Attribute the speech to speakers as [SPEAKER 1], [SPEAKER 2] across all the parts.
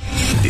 [SPEAKER 1] The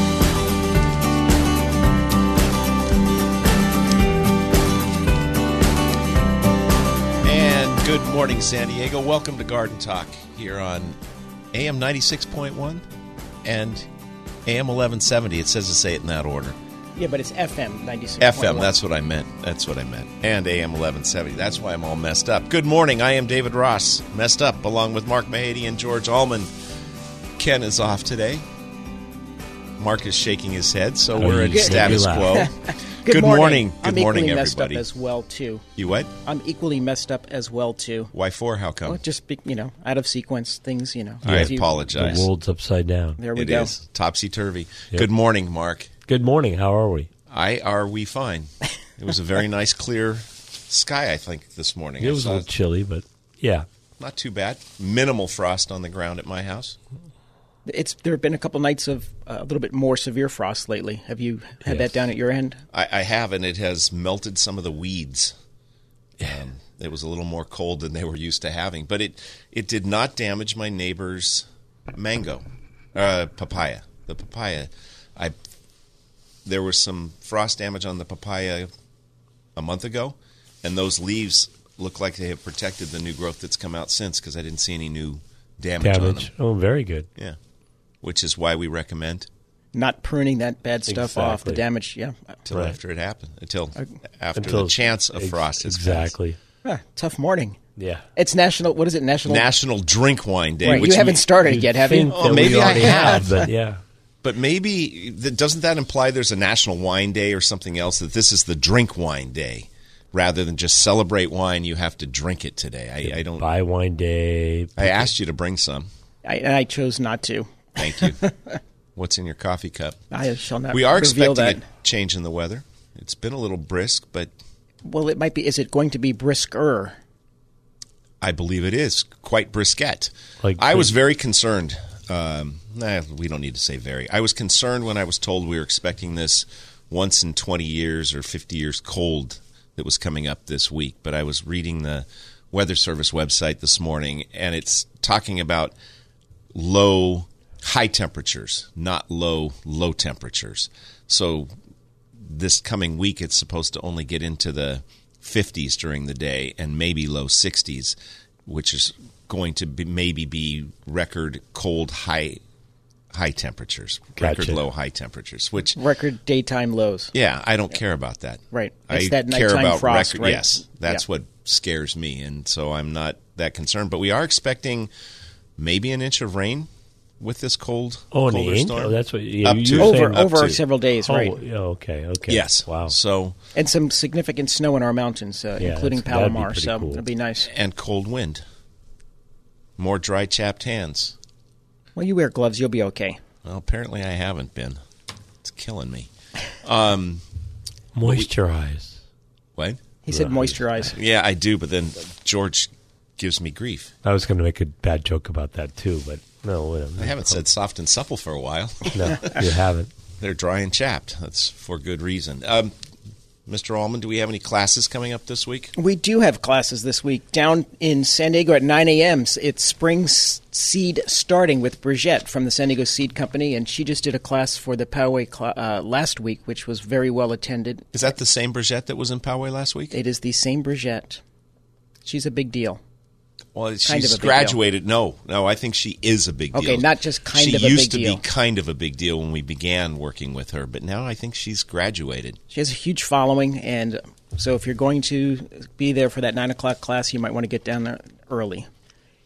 [SPEAKER 2] And good morning, San Diego. Welcome to Garden Talk here on AM 96.1 and AM 1170. It says to say it in that order.
[SPEAKER 3] Yeah, but it's FM 96.
[SPEAKER 2] FM, that's what I meant. That's what I meant. And AM 1170. That's why I'm all messed up. Good morning. I am David Ross, messed up, along with Mark Mahady and George Allman. Ken is off today. Mark is shaking his head, so we're at
[SPEAKER 3] Oh, you-
[SPEAKER 2] status
[SPEAKER 4] you
[SPEAKER 2] quo.
[SPEAKER 3] Good,
[SPEAKER 2] Good morning. Good
[SPEAKER 3] I'm
[SPEAKER 2] morning,
[SPEAKER 3] equally messed up
[SPEAKER 2] everybody.
[SPEAKER 3] as well too.
[SPEAKER 2] You what?
[SPEAKER 3] I'm equally messed up as well too.
[SPEAKER 2] Why for? How come?
[SPEAKER 3] Well, just be, you know, out of sequence things. You know.
[SPEAKER 2] I
[SPEAKER 3] If you-
[SPEAKER 2] apologize.
[SPEAKER 4] The world's upside down.
[SPEAKER 3] There we
[SPEAKER 2] It
[SPEAKER 3] go.
[SPEAKER 2] is topsy turvy.
[SPEAKER 4] Yep.
[SPEAKER 2] Good morning, Mark.
[SPEAKER 4] Good morning. How are we?
[SPEAKER 2] I are we fine? It was a very nice, clear sky. I think this morning
[SPEAKER 4] It
[SPEAKER 2] I
[SPEAKER 4] was a
[SPEAKER 2] saw
[SPEAKER 4] little chilly, but yeah.
[SPEAKER 2] not too bad. Minimal frost on the ground at my house.
[SPEAKER 3] It's there have been a couple nights of uh, a little bit more severe frost lately. Have you had
[SPEAKER 4] Yes.
[SPEAKER 3] that down at your end?
[SPEAKER 2] I, I have, and it has melted some of the weeds. Um, it was a little more cold than they were used to having, but it it did not damage my neighbor's mango, uh, papaya. The papaya, I there was some frost damage on the papaya a month ago, and those leaves look like they have protected the new growth that's come out since because I didn't see any new damage, on them.
[SPEAKER 4] Cabbage. Oh, very good.
[SPEAKER 2] Yeah, which is why we recommend
[SPEAKER 3] Not pruning that bad stuff off the
[SPEAKER 4] Exactly.
[SPEAKER 3] damage. Yeah. Uh,
[SPEAKER 2] till
[SPEAKER 4] Right.
[SPEAKER 2] after it happened, until after
[SPEAKER 4] Until-
[SPEAKER 2] the chance of
[SPEAKER 4] ex-
[SPEAKER 2] frost is
[SPEAKER 4] Exactly.
[SPEAKER 3] huh, tough morning.
[SPEAKER 4] Yeah.
[SPEAKER 3] It's national. What is it? National.
[SPEAKER 2] National Drink Wine Day,
[SPEAKER 3] Right,
[SPEAKER 2] which
[SPEAKER 3] you haven't
[SPEAKER 2] means-
[SPEAKER 3] started yet, have you?
[SPEAKER 4] Think
[SPEAKER 2] Oh,
[SPEAKER 4] that
[SPEAKER 2] maybe
[SPEAKER 4] we
[SPEAKER 2] I
[SPEAKER 4] already
[SPEAKER 2] have.
[SPEAKER 4] but yeah.
[SPEAKER 2] but maybe that doesn't that imply there's a National Wine Day or something else that this is the Drink Wine Day rather than just celebrate wine. You have to drink it today. I, I don't.
[SPEAKER 4] Buy wine day.
[SPEAKER 2] I asked you to bring some.
[SPEAKER 3] I, and I chose not to.
[SPEAKER 2] Thank you. What's in your coffee cup?
[SPEAKER 3] I shall not.
[SPEAKER 2] We are
[SPEAKER 3] reveal
[SPEAKER 2] expecting
[SPEAKER 3] that.
[SPEAKER 2] a change in the weather. It's been a little brisk, but
[SPEAKER 3] Well, it might be. Is it going to be brisker?
[SPEAKER 2] I believe it is quite brisket.
[SPEAKER 4] Like
[SPEAKER 2] I
[SPEAKER 4] the-
[SPEAKER 2] was very concerned. Um, nah, we don't need to say very. I was concerned when I was told we were expecting this once in 20 years or 50 years cold that was coming up this week. But I was reading the Weather Service website this morning, and it's talking about low, high temperatures, not low, low temperatures. So this coming week it's supposed to only get into the 50s during the day and maybe low 60s which is going to be maybe be record cold high high temperatures record
[SPEAKER 4] Gotcha.
[SPEAKER 2] low high temperatures which
[SPEAKER 3] Record daytime lows.
[SPEAKER 2] yeah i don't care about that
[SPEAKER 3] Right.
[SPEAKER 2] i
[SPEAKER 3] It's that
[SPEAKER 2] care
[SPEAKER 3] nighttime
[SPEAKER 2] about
[SPEAKER 3] frost,
[SPEAKER 2] record
[SPEAKER 3] right?
[SPEAKER 2] yes that's
[SPEAKER 3] Yeah.
[SPEAKER 2] what scares me and so i'm not that concerned but we are expecting maybe an inch of rain with this cold
[SPEAKER 4] Oh, an
[SPEAKER 2] colder
[SPEAKER 4] inch?
[SPEAKER 2] storm
[SPEAKER 4] Oh, that's what- yeah,
[SPEAKER 2] Up
[SPEAKER 4] you
[SPEAKER 2] to-
[SPEAKER 4] were saying-
[SPEAKER 3] over
[SPEAKER 2] up
[SPEAKER 3] over
[SPEAKER 2] to.
[SPEAKER 3] several days,
[SPEAKER 4] Oh,
[SPEAKER 3] right?
[SPEAKER 4] yeah, okay. Okay.
[SPEAKER 2] yes
[SPEAKER 4] Wow.
[SPEAKER 2] so
[SPEAKER 3] And some significant snow in our mountains, uh,
[SPEAKER 4] Yeah,
[SPEAKER 3] including
[SPEAKER 4] that's- that'd be
[SPEAKER 3] Palomar.
[SPEAKER 4] pretty
[SPEAKER 3] So
[SPEAKER 4] cool.
[SPEAKER 3] it'll be nice.
[SPEAKER 2] and cold wind. More dry chapped hands.
[SPEAKER 3] Well, you wear gloves, you'll be okay.
[SPEAKER 2] Well, apparently I haven't been. It's killing me.
[SPEAKER 4] Moisturize.
[SPEAKER 2] What?
[SPEAKER 3] He said moisturize.
[SPEAKER 2] Yeah, I do, but then George gives me grief.
[SPEAKER 4] I was going to make a bad joke about that too, but no, whatever.
[SPEAKER 2] I haven't said soft and supple for a while.
[SPEAKER 4] No, you haven't.
[SPEAKER 2] They're dry and chapped. That's for good reason. Um, Mr. Allman, do we have any classes coming up this week?
[SPEAKER 3] We do have classes this week down in San Diego at 9 a.m. It's spring s- seed starting with Brigitte from the San Diego Seed Company, and she just did a class for the Poway cl- uh, last week, which was very well attended.
[SPEAKER 2] Is that the same Brigitte that was in Poway last week?
[SPEAKER 3] It is the same Brigitte. She's a big deal.
[SPEAKER 2] Well, she's
[SPEAKER 3] kind of a big
[SPEAKER 2] graduated. No, no, I think she is a big deal.
[SPEAKER 3] Okay, not just kind
[SPEAKER 2] she
[SPEAKER 3] of a
[SPEAKER 2] used
[SPEAKER 3] big
[SPEAKER 2] to
[SPEAKER 3] deal.
[SPEAKER 2] be kind of a big deal when we began working with her, but now I think she's graduated.
[SPEAKER 3] She has a huge following, and so if you're going to be there for that nine o'clock class, you might want to get down there early.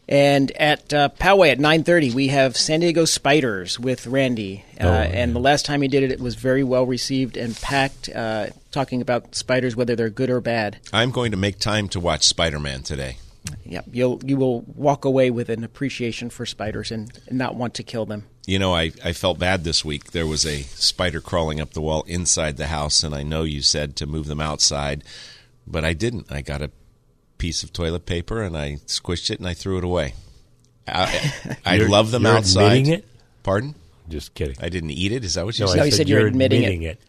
[SPEAKER 3] And at uh, Poway at nine thirty, we have San Diego Spiders with Randy. Uh, and the last time he did it, it was very well received and packed. Uh, talking about spiders, whether they're good or bad.
[SPEAKER 2] I'm going to make time to watch Spider Man today.
[SPEAKER 3] Yeah, you'll you will walk away with an appreciation for spiders and, and not want to kill them.
[SPEAKER 2] You know, I, I felt bad this week. There was a spider crawling up the wall inside the house, and I know you said to move them outside, but I didn't. I got a piece of toilet paper and I squished it and I threw it away. I, I
[SPEAKER 4] You're-
[SPEAKER 2] love them
[SPEAKER 4] you're
[SPEAKER 2] outside.
[SPEAKER 4] admitting it?
[SPEAKER 2] Pardon?
[SPEAKER 4] Just kidding.
[SPEAKER 2] I didn't eat it. Is that what you
[SPEAKER 3] No,
[SPEAKER 2] said?
[SPEAKER 3] you said you're admitting it.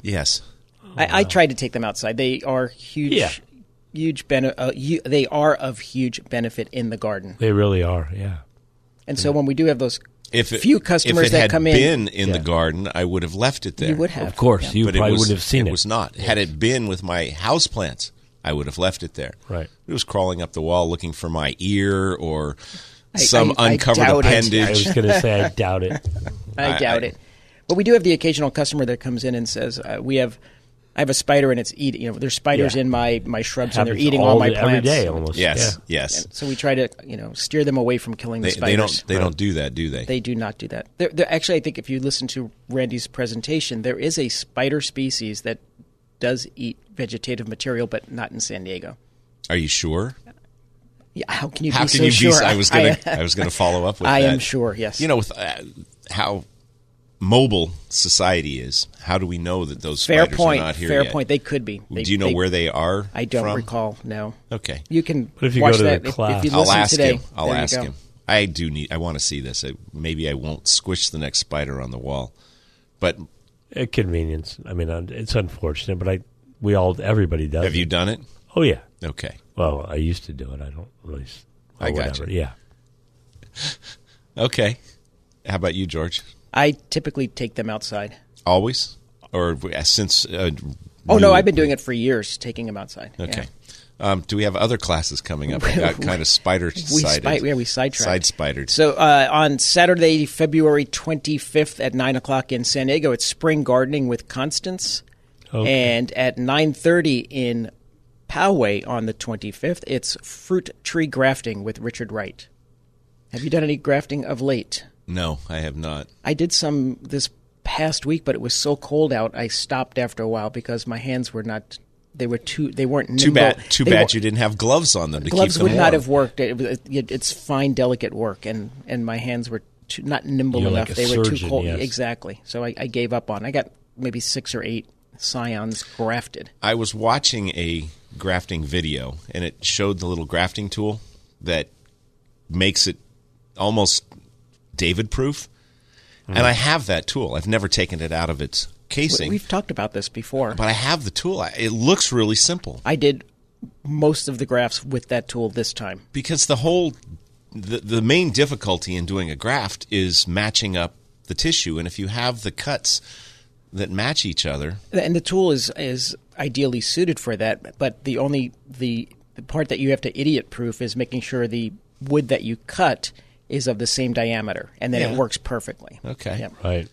[SPEAKER 2] Yes.
[SPEAKER 3] I, I tried to take them outside. They are huge,
[SPEAKER 4] Yeah.
[SPEAKER 3] huge. Bene- uh, you, they are of huge benefit in the garden.
[SPEAKER 4] They really are. Yeah.
[SPEAKER 3] And
[SPEAKER 2] Hmm.
[SPEAKER 3] so when we do have those
[SPEAKER 2] If it,
[SPEAKER 3] few customers
[SPEAKER 2] if it
[SPEAKER 3] that
[SPEAKER 2] had
[SPEAKER 3] come in,
[SPEAKER 2] been in the garden, I would have left it there.
[SPEAKER 3] you would have.
[SPEAKER 4] Of course, you
[SPEAKER 2] But
[SPEAKER 4] probably
[SPEAKER 2] it was,
[SPEAKER 4] wouldn't have seen it.
[SPEAKER 2] It was not. Had it been with my house plants, I would have left it there.
[SPEAKER 4] Right.
[SPEAKER 2] It was crawling up the wall looking for my ear or some
[SPEAKER 3] I- I
[SPEAKER 2] uncovered
[SPEAKER 3] doubt it.
[SPEAKER 4] I was
[SPEAKER 2] appendage.
[SPEAKER 4] going to say I doubt it.
[SPEAKER 3] I,
[SPEAKER 2] I-
[SPEAKER 3] doubt
[SPEAKER 2] I-
[SPEAKER 3] it. But we do have the occasional customer that comes in and says, uh, "We have, I have a spider and it's eating. You know, there's spiders
[SPEAKER 4] Yeah.
[SPEAKER 3] in my my shrubs and they're
[SPEAKER 4] Happens
[SPEAKER 3] eating
[SPEAKER 4] all
[SPEAKER 3] all my
[SPEAKER 4] the-
[SPEAKER 3] plants
[SPEAKER 4] every day almost.
[SPEAKER 2] Yes,
[SPEAKER 4] Yeah.
[SPEAKER 2] yes.
[SPEAKER 3] So we try to you know steer them away from killing
[SPEAKER 2] They,
[SPEAKER 3] the
[SPEAKER 2] they
[SPEAKER 3] spiders.
[SPEAKER 2] don't. They don't do that, do they?
[SPEAKER 3] They do not do that. There, there, actually, I think if you listen to Randy's presentation, there is a spider species that does eat vegetative material, but not in San Diego.
[SPEAKER 2] Are you sure?
[SPEAKER 3] Yeah, how can you
[SPEAKER 2] How
[SPEAKER 3] be
[SPEAKER 2] can
[SPEAKER 3] so
[SPEAKER 2] you
[SPEAKER 3] sure?
[SPEAKER 2] be? I was gonna. I, was gonna follow up with.
[SPEAKER 3] I am
[SPEAKER 2] that.
[SPEAKER 3] sure, yes.
[SPEAKER 2] You know, with uh, how mobile society is, how do we know that those
[SPEAKER 3] fair
[SPEAKER 2] spiders
[SPEAKER 3] point.
[SPEAKER 2] are not here
[SPEAKER 3] fair
[SPEAKER 2] yet?
[SPEAKER 3] point. They could be. They,
[SPEAKER 2] do you know
[SPEAKER 3] they-
[SPEAKER 2] where they are?
[SPEAKER 3] I don't
[SPEAKER 2] from?
[SPEAKER 3] recall. No.
[SPEAKER 2] Okay.
[SPEAKER 3] You can
[SPEAKER 4] But if you
[SPEAKER 3] watch
[SPEAKER 4] go to
[SPEAKER 3] that
[SPEAKER 4] the
[SPEAKER 3] if-
[SPEAKER 4] class-
[SPEAKER 3] if, you
[SPEAKER 2] I'll
[SPEAKER 3] listen
[SPEAKER 2] ask
[SPEAKER 3] today.
[SPEAKER 2] him. I'll
[SPEAKER 3] there you
[SPEAKER 2] ask
[SPEAKER 3] go.
[SPEAKER 2] him. I do need. I want to see this. I, maybe I won't squish the next spider on the wall, but
[SPEAKER 4] A convenience. I mean, un- it's unfortunate, but I we all everybody does.
[SPEAKER 2] have you
[SPEAKER 4] it.
[SPEAKER 2] done it?
[SPEAKER 4] Oh yeah.
[SPEAKER 2] Okay.
[SPEAKER 4] Well, I used to do it. I don't really. s-
[SPEAKER 2] I
[SPEAKER 4] or
[SPEAKER 2] gotcha.
[SPEAKER 4] whatever. Yeah.
[SPEAKER 2] Okay. How about you, George?
[SPEAKER 3] I typically take them outside.
[SPEAKER 2] Always or uh, since? Uh,
[SPEAKER 3] Oh
[SPEAKER 2] you-
[SPEAKER 3] no, I've been doing it for years, taking them outside. Yeah.
[SPEAKER 2] Okay. Um, do we have other classes coming up? I got kind of spider
[SPEAKER 3] We
[SPEAKER 2] sided.
[SPEAKER 3] spi- yeah, we sidetracked.
[SPEAKER 2] Side spidered.
[SPEAKER 3] So uh, on Saturday, February 25th at 9 o'clock in San Diego, it's Spring Gardening with Constance.
[SPEAKER 4] Okay.
[SPEAKER 3] And at 9.30 in Poway on the 25th, it's Fruit Tree Grafting with Richard Wright. Have you done any grafting of late?
[SPEAKER 2] no, I have not.
[SPEAKER 3] I did some this past week, but it was so cold out, I stopped after a while because my hands were not... They were too. They weren't nimble.
[SPEAKER 2] Too bad. Too
[SPEAKER 3] They
[SPEAKER 2] bad
[SPEAKER 3] wa-
[SPEAKER 2] you didn't have gloves on them to
[SPEAKER 3] gloves
[SPEAKER 2] keep them
[SPEAKER 3] would not
[SPEAKER 2] warm.
[SPEAKER 3] have worked. It, was- it- it's fine, delicate work, and and my hands were too, not nimble
[SPEAKER 4] You're
[SPEAKER 3] enough.
[SPEAKER 4] like a
[SPEAKER 3] they were too
[SPEAKER 4] surgeon,
[SPEAKER 3] cold.
[SPEAKER 4] yes.
[SPEAKER 3] Exactly. So I, I gave up on. I got maybe six or eight scions grafted.
[SPEAKER 2] I was watching a grafting video and it showed the little grafting tool that makes it almost David proof. And I have that tool. I've never taken it out of its
[SPEAKER 3] We,
[SPEAKER 2] casing,
[SPEAKER 3] we've talked about this before.
[SPEAKER 2] but I have the tool. I- It looks really simple
[SPEAKER 3] I did most of the grafts with that tool this time.
[SPEAKER 2] because the whole the, the main difficulty in doing a graft is matching up the tissue and if you have the cuts that match each other,
[SPEAKER 3] and the tool is is ideally suited for that but the only the, the part that you have to idiot proof is making sure the wood that you cut is of the same diameter and then
[SPEAKER 2] Yeah.
[SPEAKER 3] it works perfectly
[SPEAKER 2] Okay.
[SPEAKER 3] Yep.
[SPEAKER 4] Right.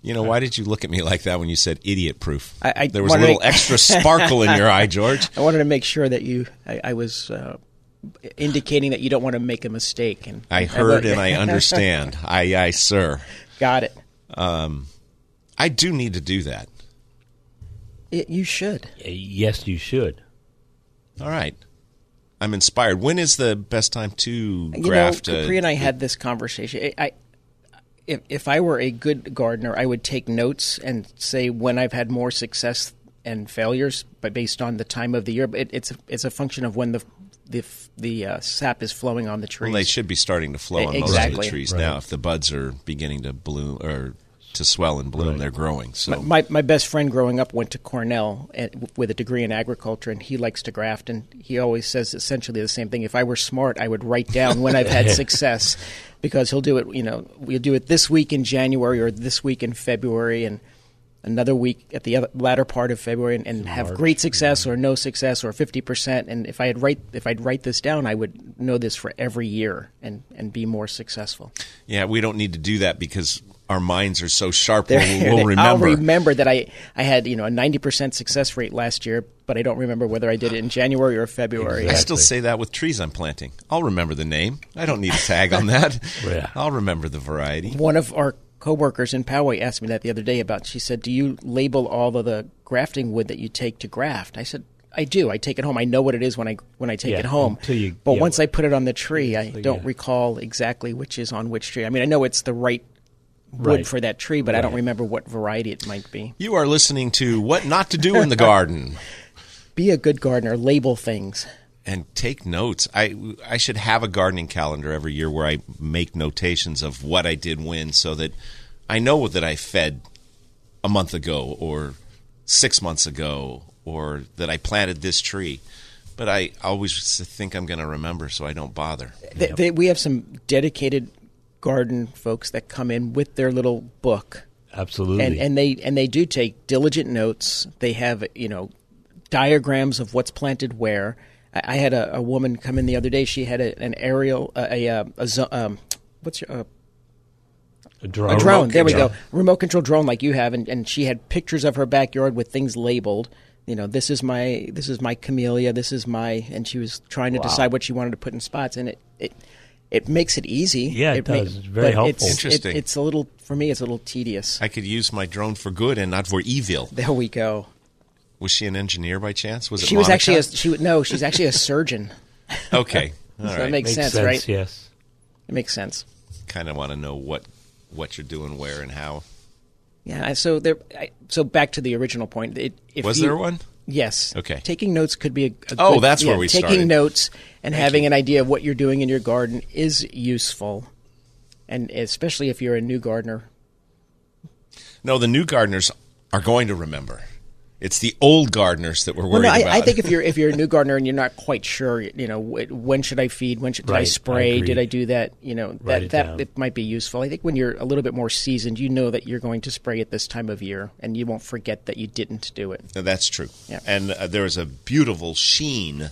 [SPEAKER 2] you know, why did you look at me like that when you said idiot proof?
[SPEAKER 3] I- I
[SPEAKER 2] there was a
[SPEAKER 3] wanted to-
[SPEAKER 2] little extra sparkle in your eye, George.
[SPEAKER 3] i wanted to make sure that you i, I was uh, indicating that you don't want to make a mistake and
[SPEAKER 2] I heard and I understand. aye, aye, sir.
[SPEAKER 3] got it
[SPEAKER 2] I do need to do that.
[SPEAKER 3] it, you should
[SPEAKER 4] Uh, Yes, you should.
[SPEAKER 2] All right. I'm inspired. When is the best time to
[SPEAKER 3] You
[SPEAKER 2] graft?
[SPEAKER 3] know,
[SPEAKER 2] uh,
[SPEAKER 3] Capri and I had this conversation. I, I if, if I were a good gardener, I would take notes and say when I've had more success and failures, but based on the time of the year. But it, it's a, it's a function of when the the the uh, sap is flowing on the trees.
[SPEAKER 2] well, they should be starting to flow on most of
[SPEAKER 3] E, Exactly.
[SPEAKER 2] the trees now if the buds are beginning to bloom or to swell and bloom. They're growing. So
[SPEAKER 3] My, my best friend growing up went to Cornell at, with a degree in agriculture, and he likes to graft. And he always says essentially the same thing. If I were smart, I would write down when I've had success, because he'll do it. You know, we'll do it this week in January or this week in February, and another week at the other, latter part of February, and, and have great success or no success or fifty percent. And if I had write if I'd write this down, I would know this for every year and and be more successful.
[SPEAKER 2] yeah, we don't need to do that because our minds are so sharp. We'll,
[SPEAKER 3] there.
[SPEAKER 2] we'll remember.
[SPEAKER 3] I'll remember that I, I had you know a ninety percent success rate last year, but I don't remember whether I did it in January or February.
[SPEAKER 2] I still say that with trees I'm planting. I'll remember the name. I don't need a tag on that.
[SPEAKER 4] Yeah.
[SPEAKER 2] I'll remember the variety.
[SPEAKER 3] One of our coworkers in Poway asked me that the other day about. She said, "Do you label all of the grafting wood that you take to graft?" I said. I do. I take it home. I know what it is when I when I take
[SPEAKER 4] Yeah,
[SPEAKER 3] it home.
[SPEAKER 4] until you-
[SPEAKER 3] but
[SPEAKER 4] yeah.
[SPEAKER 3] once I put it on the tree, I don't
[SPEAKER 4] yeah.
[SPEAKER 3] recall exactly which is on which tree. I mean, I know it's the right wood
[SPEAKER 4] Right.
[SPEAKER 3] for that tree, but I don't remember what variety it might be.
[SPEAKER 2] You are listening to What Not to Do in the Garden
[SPEAKER 3] Be a good gardener. Label things.
[SPEAKER 2] and take notes. I I should have a gardening calendar every year where I make notations of what I did when so that I know that I fed a month ago or 6 months ago or that I planted this tree. But I always think I'm going to remember so I don't bother.
[SPEAKER 3] They, they, we have some dedicated garden folks that come in with their little book,
[SPEAKER 4] Absolutely.
[SPEAKER 3] and, and they and they do take diligent notes. They have you know diagrams of what's planted where. I, I had a, a woman come in the other day. She had a, an aerial a, a, a, zo- um, what's your uh,
[SPEAKER 4] a drone.
[SPEAKER 3] a drone. There we go. Remote control drone like you have, and, and she had pictures of her backyard with things labeled. You know, this is my this is my camellia. This is my, and she was trying to decide what she wanted to put in spots, and it it, it makes it easy.
[SPEAKER 4] Yeah, it
[SPEAKER 3] ma-
[SPEAKER 4] does. It's very
[SPEAKER 3] but
[SPEAKER 4] helpful.
[SPEAKER 3] It's, it-
[SPEAKER 2] Interesting.
[SPEAKER 3] it's a little for me. It's a little tedious.
[SPEAKER 2] I could use my drone for good and not for evil.
[SPEAKER 3] there we go.
[SPEAKER 2] Was she an engineer by chance? Was it
[SPEAKER 3] She was
[SPEAKER 2] Monica?
[SPEAKER 3] actually a, she would no. She's actually a surgeon.
[SPEAKER 2] okay. All
[SPEAKER 3] So
[SPEAKER 2] right.
[SPEAKER 3] That makes,
[SPEAKER 4] Makes
[SPEAKER 3] sense,
[SPEAKER 4] sense,
[SPEAKER 3] right?
[SPEAKER 4] Yes.
[SPEAKER 3] It makes sense.
[SPEAKER 2] kind of want to know what what you're doing, where, and how.
[SPEAKER 3] Yeah. I- So there. I, so back to the original point. It, if
[SPEAKER 2] Was
[SPEAKER 3] you-
[SPEAKER 2] there one?
[SPEAKER 3] Yes.
[SPEAKER 2] Okay.
[SPEAKER 3] Taking notes could be a, a
[SPEAKER 2] Oh,
[SPEAKER 3] good-
[SPEAKER 2] that's where we
[SPEAKER 3] taking
[SPEAKER 2] started.
[SPEAKER 3] notes and having an idea of what you're doing in your garden is useful, and especially if you're a new gardener.
[SPEAKER 2] No, the new gardeners are going to remember. It's the old gardeners that we're worried
[SPEAKER 3] Well, no, I,
[SPEAKER 2] about.
[SPEAKER 3] I think if you're if you're a new gardener and you're not quite sure, you know, wh- when should I feed? When should did I
[SPEAKER 4] Right, I
[SPEAKER 3] spray?
[SPEAKER 4] agree.
[SPEAKER 3] did I do that? You know,
[SPEAKER 4] Write
[SPEAKER 3] that
[SPEAKER 4] it
[SPEAKER 3] that
[SPEAKER 4] down.
[SPEAKER 3] it might be useful. I think when you're a little bit more seasoned, you know that you're going to spray at this time of year, and you won't forget that you didn't do it.
[SPEAKER 2] No, that's true.
[SPEAKER 3] Yeah.
[SPEAKER 2] And uh, there is a beautiful sheen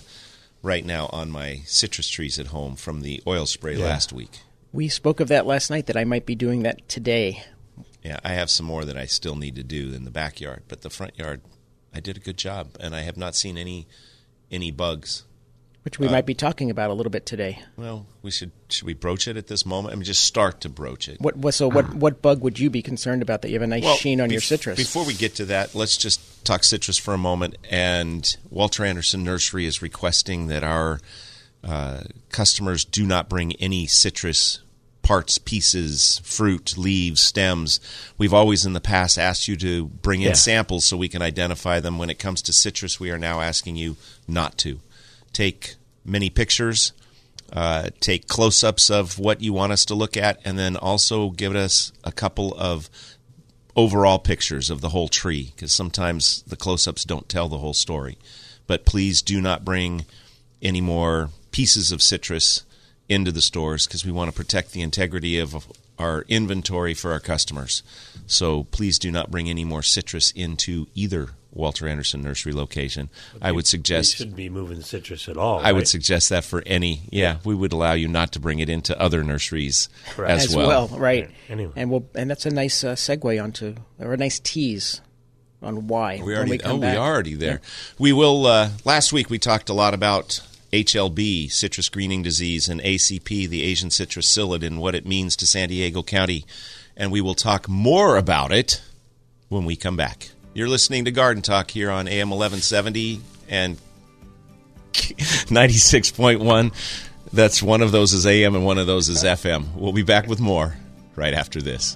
[SPEAKER 2] right now on my citrus trees at home from the oil spray last week.
[SPEAKER 3] We spoke of that last night. That I might be doing that today.
[SPEAKER 2] Yeah, I have some more that I still need to do in the backyard, but the front yard, I did a good job, and I have not seen any any bugs.
[SPEAKER 3] Which
[SPEAKER 2] Uh,
[SPEAKER 3] we might be talking about a little bit today.
[SPEAKER 2] Well, we should should we broach it at this moment? I mean, just start to broach it.
[SPEAKER 3] What, what so what what bug would you be concerned about that you have a nice
[SPEAKER 2] Well,
[SPEAKER 3] sheen on your
[SPEAKER 2] bef-
[SPEAKER 3] citrus?
[SPEAKER 2] Before we get to that, let's just talk citrus for a moment. And Walter Anderson Nursery is requesting that our uh, customers do not bring any citrus parts, pieces, fruit, leaves, stems. We've always in the past asked you to bring in
[SPEAKER 4] Yeah.
[SPEAKER 2] samples so we can identify them. When it comes to citrus, we are now asking you not to take many pictures uh, take close ups of what you want us to look at, and then also give us a couple of overall pictures of the whole tree because sometimes the close ups don't tell the whole story. But please do not bring any more pieces of citrus into the stores because we want to protect the integrity of our inventory for our customers. So please do not bring any more citrus into either Walter Anderson nursery location. I would
[SPEAKER 4] You
[SPEAKER 2] suggest
[SPEAKER 4] shouldn't be moving citrus at all.
[SPEAKER 2] I would
[SPEAKER 4] Oh, right?
[SPEAKER 2] suggest that for any. Yeah, we would allow you not to bring it into other nurseries
[SPEAKER 4] Correct.
[SPEAKER 2] as,
[SPEAKER 3] as
[SPEAKER 2] well.
[SPEAKER 3] well, right?
[SPEAKER 4] Right, anyway.
[SPEAKER 3] and we'll and that's a nice uh, segue onto or a nice tease on why
[SPEAKER 2] We
[SPEAKER 3] when
[SPEAKER 2] already,
[SPEAKER 3] come
[SPEAKER 2] oh,
[SPEAKER 3] back.
[SPEAKER 2] we are already there. We will. Uh, last week we talked a lot about HLB, citrus greening disease, and ACP, the Asian citrus psyllid, and what it means to San Diego County. And we will talk more about it when we come back. You're listening to Garden Talk here on AM 1170 and 96.1. That's one of those is AM and one of those is FM. We'll be back with more right after this.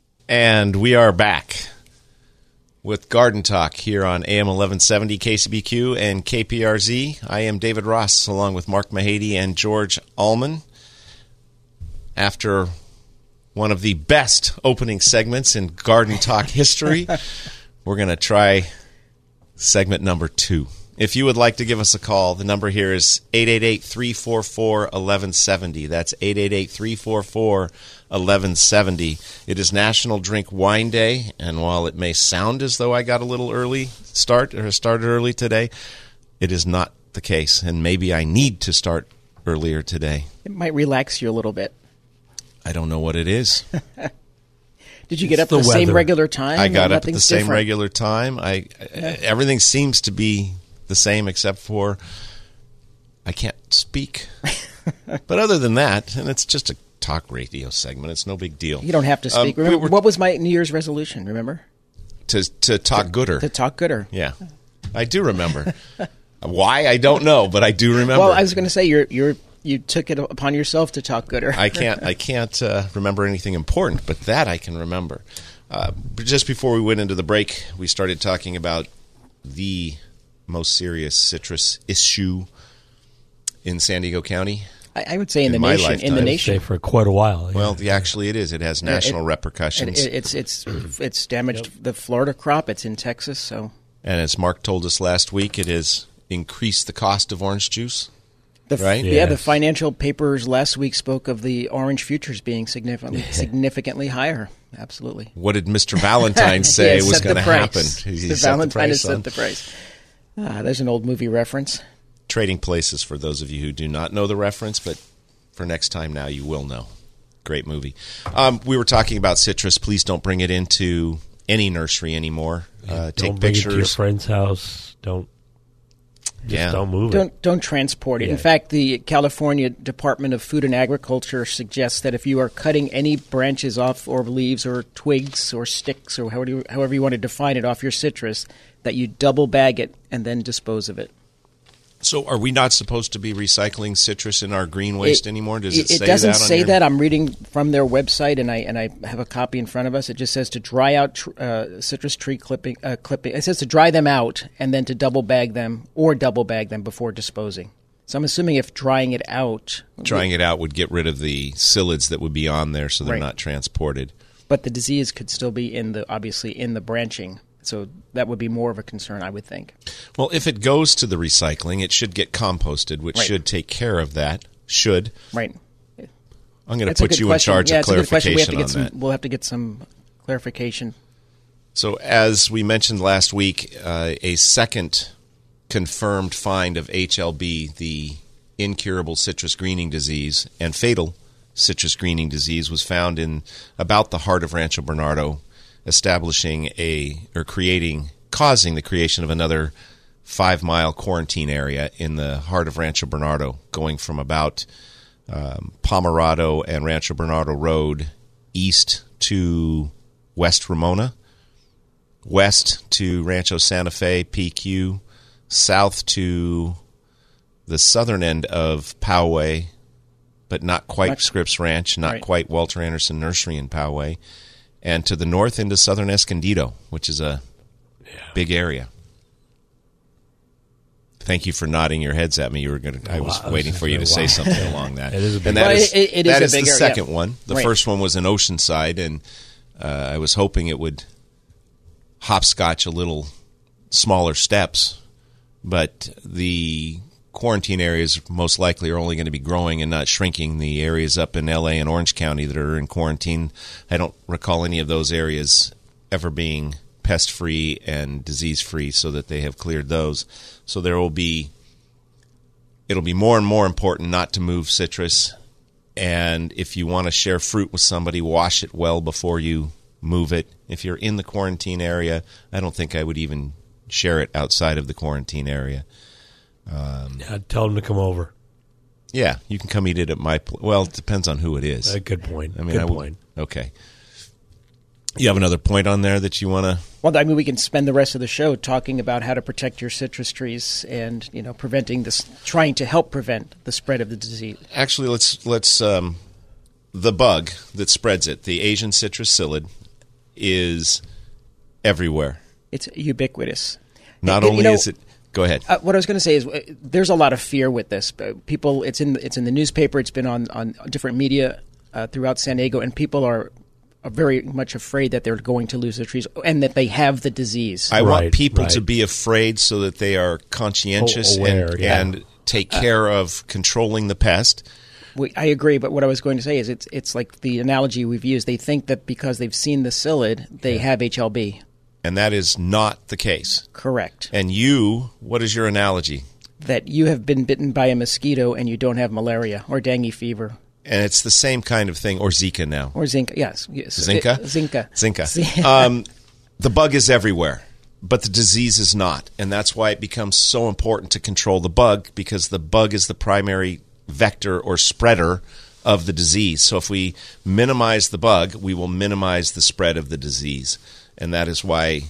[SPEAKER 2] And we are back with Garden Talk here on AM 1170 KCBQ and KPRZ. I am David Ross along with Mark Mahady and George Allman. After one of the best opening segments in Garden Talk history, we're going to try segment number two. If you would like to give us a call, the number here is 888 344 1170. That's 888 344 1170. It is National Drink Wine Day, and while it may sound as though I got a little early start or started early today, it is not the case, and maybe I need to start earlier today.
[SPEAKER 3] It might relax you a little bit.
[SPEAKER 2] I don't know what it is.
[SPEAKER 3] Did you get
[SPEAKER 4] It's
[SPEAKER 3] up the,
[SPEAKER 4] the
[SPEAKER 3] same
[SPEAKER 4] weather.
[SPEAKER 3] regular time?
[SPEAKER 2] I
[SPEAKER 3] and
[SPEAKER 2] got up at the
[SPEAKER 3] nothing's
[SPEAKER 2] same
[SPEAKER 3] different?
[SPEAKER 2] regular time. I everything seems to be the same except for I can't speak. but other than that, and it's just a talk radio segment. It's no big deal.
[SPEAKER 3] You don't have to
[SPEAKER 2] Um,
[SPEAKER 3] speak.
[SPEAKER 2] we
[SPEAKER 3] remember,
[SPEAKER 2] were-
[SPEAKER 3] what was my New Year's resolution? Remember
[SPEAKER 2] to to talk gooder.
[SPEAKER 3] to talk gooder.
[SPEAKER 2] yeah, I do remember. Why I don't know, but I do remember.
[SPEAKER 3] Well, I was going to say you're you're you took it upon yourself to talk gooder.
[SPEAKER 2] I can't. I can't uh, remember anything important, but that I can remember. Uh, but just before we went into the break, we started talking about the most serious citrus issue in San Diego County.
[SPEAKER 3] I, I would say in,
[SPEAKER 2] In
[SPEAKER 3] the
[SPEAKER 2] my
[SPEAKER 3] nation, in the
[SPEAKER 2] lifetime.
[SPEAKER 4] Stay
[SPEAKER 3] nation,
[SPEAKER 4] for quite a while. yeah.
[SPEAKER 2] Well, the, actually, it is. It has national
[SPEAKER 3] it-
[SPEAKER 2] repercussions.
[SPEAKER 3] it, it, it's it's it's damaged the Florida crop. It's in Texas, so
[SPEAKER 2] and as Mark told us last week, it has increased the cost of orange juice.
[SPEAKER 3] the, f-
[SPEAKER 2] Right?
[SPEAKER 3] Yeah, the
[SPEAKER 4] Yes.
[SPEAKER 3] financial papers last week spoke of the orange futures being significantly significantly higher. Absolutely.
[SPEAKER 2] What did Mr. Valentine say
[SPEAKER 3] He
[SPEAKER 2] was
[SPEAKER 3] set the
[SPEAKER 2] going to happen?
[SPEAKER 3] price.
[SPEAKER 2] He
[SPEAKER 3] Mr.
[SPEAKER 2] set the
[SPEAKER 3] Valentine
[SPEAKER 2] price
[SPEAKER 3] has set
[SPEAKER 2] on-
[SPEAKER 3] the price. Ah, there's an old movie reference.
[SPEAKER 2] Trading Places for those of you who do not know the reference, but for next time now you will know. Great movie. Um, we were talking about citrus. Please don't bring it into any nursery anymore. Uh,
[SPEAKER 4] don't
[SPEAKER 2] take
[SPEAKER 4] bring it to your
[SPEAKER 2] pictures.
[SPEAKER 4] friend's house. Don't just
[SPEAKER 2] Yeah.
[SPEAKER 4] don't move it.
[SPEAKER 3] Don't don't transport it. In
[SPEAKER 4] Yeah.
[SPEAKER 3] fact, the California Department of Food and Agriculture suggests that if you are cutting any branches off, or leaves, or twigs, or sticks, or however you, however you want to define it, off your citrus, that you double bag it and then dispose of it.
[SPEAKER 2] So, are we not supposed to be recycling citrus in our green waste anymore? Does it, say
[SPEAKER 3] doesn't
[SPEAKER 2] that on
[SPEAKER 3] say
[SPEAKER 2] your-
[SPEAKER 3] that. I'm reading from their website, and I and I have a copy in front of us. It just says to dry out tr- uh, citrus tree clipping uh, clipping. It says to dry them out and then to double bag them or double bag them before disposing. So I'm assuming if drying it out,
[SPEAKER 2] Trying it out would get rid of the psyllids that would be on there, so they're
[SPEAKER 3] Right.
[SPEAKER 2] not transported.
[SPEAKER 3] but the disease could still be in the obviously in the branching. So that would be more of a concern, I would think.
[SPEAKER 2] Well, if it goes to the recycling, it should get composted, which
[SPEAKER 3] Right.
[SPEAKER 2] should take care of that. Should
[SPEAKER 3] Right.
[SPEAKER 2] I'm going to
[SPEAKER 3] That's a
[SPEAKER 2] put
[SPEAKER 3] good
[SPEAKER 2] you
[SPEAKER 3] question.
[SPEAKER 2] in charge
[SPEAKER 3] yeah,
[SPEAKER 2] of
[SPEAKER 3] it's a good question.
[SPEAKER 2] clarification
[SPEAKER 3] We have to get
[SPEAKER 2] on that?
[SPEAKER 3] some, We'll have to get some clarification.
[SPEAKER 2] So, as we mentioned last week, uh, a second confirmed find of HLB, the incurable citrus greening disease and fatal citrus greening disease, was found in about the heart of Rancho Bernardo, establishing a or creating, causing the creation of another five mile quarantine area in the heart of Rancho Bernardo, going from about um, Pomerado and Rancho Bernardo Road east to West Ramona west to Rancho Santa Fe, PQ, south to the southern end of Poway, but not quite Scripps Ranch, not
[SPEAKER 3] Right.
[SPEAKER 2] quite Walter Anderson Nursery in Poway, and to the north into southern Escondido, which is a big area. Thank you for nodding your heads at me. You were going to, I was
[SPEAKER 4] Wow, I was
[SPEAKER 2] waiting
[SPEAKER 4] just
[SPEAKER 2] for you to
[SPEAKER 4] gonna-
[SPEAKER 2] say
[SPEAKER 4] wow.
[SPEAKER 2] something along that.
[SPEAKER 4] It is a big
[SPEAKER 2] and that
[SPEAKER 3] Well,
[SPEAKER 2] is-
[SPEAKER 3] it- it is
[SPEAKER 2] that
[SPEAKER 3] a
[SPEAKER 2] is the
[SPEAKER 3] bigger- yeah.
[SPEAKER 2] second one. The
[SPEAKER 3] Right.
[SPEAKER 2] first one was in Oceanside, and uh, I was hoping it would hopscotch a little smaller steps, but the quarantine areas most likely are only going to be growing and not shrinking. The areas up in LA and Orange County that are in quarantine, I don't recall any of those areas ever being pest free and disease free, so that they have cleared those. So there will be, it'll be more and more important not to move citrus. And if you want to share fruit with somebody, wash it well before you move it. If you're in the quarantine area, I don't think I would even share it outside of the quarantine area.
[SPEAKER 4] Yeah, tell them to come over.
[SPEAKER 2] Yeah, you can come eat it at my. Pl- well, it depends on who it is.
[SPEAKER 4] A Uh, good point.
[SPEAKER 2] I mean,
[SPEAKER 4] good
[SPEAKER 2] I would-
[SPEAKER 4] point.
[SPEAKER 2] Okay. You have another point on there that you want to?
[SPEAKER 3] Well, I mean, we can spend the rest of the show talking about how to protect your citrus trees and you know preventing this, trying to help prevent the spread of the disease.
[SPEAKER 2] Actually, let's let's um, the bug that spreads it, the Asian citrus psyllid, is everywhere.
[SPEAKER 3] It's ubiquitous.
[SPEAKER 2] Not
[SPEAKER 3] You
[SPEAKER 2] only
[SPEAKER 3] know,
[SPEAKER 2] is it. Go ahead.
[SPEAKER 3] Uh, what I was going to say is, uh, there's a lot of fear with this. Uh, People, it's in it's in the newspaper. It's been on on different media uh, throughout San Diego, and people are, are very much afraid that they're going to lose their trees and that they have the disease.
[SPEAKER 2] I
[SPEAKER 4] Right,
[SPEAKER 2] want people to
[SPEAKER 4] right.
[SPEAKER 2] be afraid so that they are conscientious
[SPEAKER 4] Oh, aware,
[SPEAKER 2] and,
[SPEAKER 4] yeah.
[SPEAKER 2] and take care of controlling the pest.
[SPEAKER 3] We, I agree, but what I was going to say is, it's it's like the analogy we've used. They think that because they've seen the psyllid, they have HLB.
[SPEAKER 2] And that is not the case.
[SPEAKER 3] Correct.
[SPEAKER 2] And you, what is your analogy?
[SPEAKER 3] that you have been bitten by a mosquito and you don't have malaria or dengue fever
[SPEAKER 2] And it's the same kind of thing, or Zika now.
[SPEAKER 3] or zinc. Yes, yes
[SPEAKER 2] Zinca?
[SPEAKER 3] Uh, zinca,
[SPEAKER 2] Zinca. um, the bug is everywhere, but the disease is not. And that's why it becomes so important to control the bug because the bug is the primary vector or spreader of the disease. So if we minimize the bug, we will minimize the spread of the disease. And that is why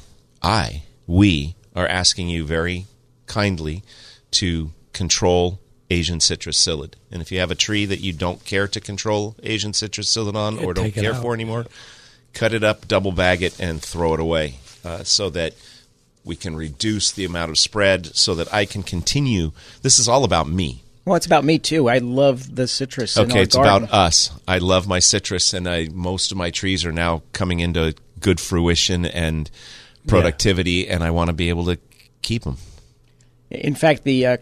[SPEAKER 2] I, we, are asking you very kindly to control Asian citrus psyllid. And if you have a tree that you don't care to control Asian citrus psyllid on or don't
[SPEAKER 4] take it
[SPEAKER 2] care
[SPEAKER 4] out.
[SPEAKER 2] for anymore, cut it up, double bag it, and throw it away uh, so that we can reduce the amount of spread so that I can continue. This is all about me.
[SPEAKER 3] Well, it's about me too. I love the citrus. in
[SPEAKER 2] Okay,
[SPEAKER 3] our
[SPEAKER 2] it's
[SPEAKER 3] garden.
[SPEAKER 2] about us. I love my citrus, and I most of my trees are now coming into good fruition and productivity, and I want to be able to keep them.
[SPEAKER 3] In fact, the uh,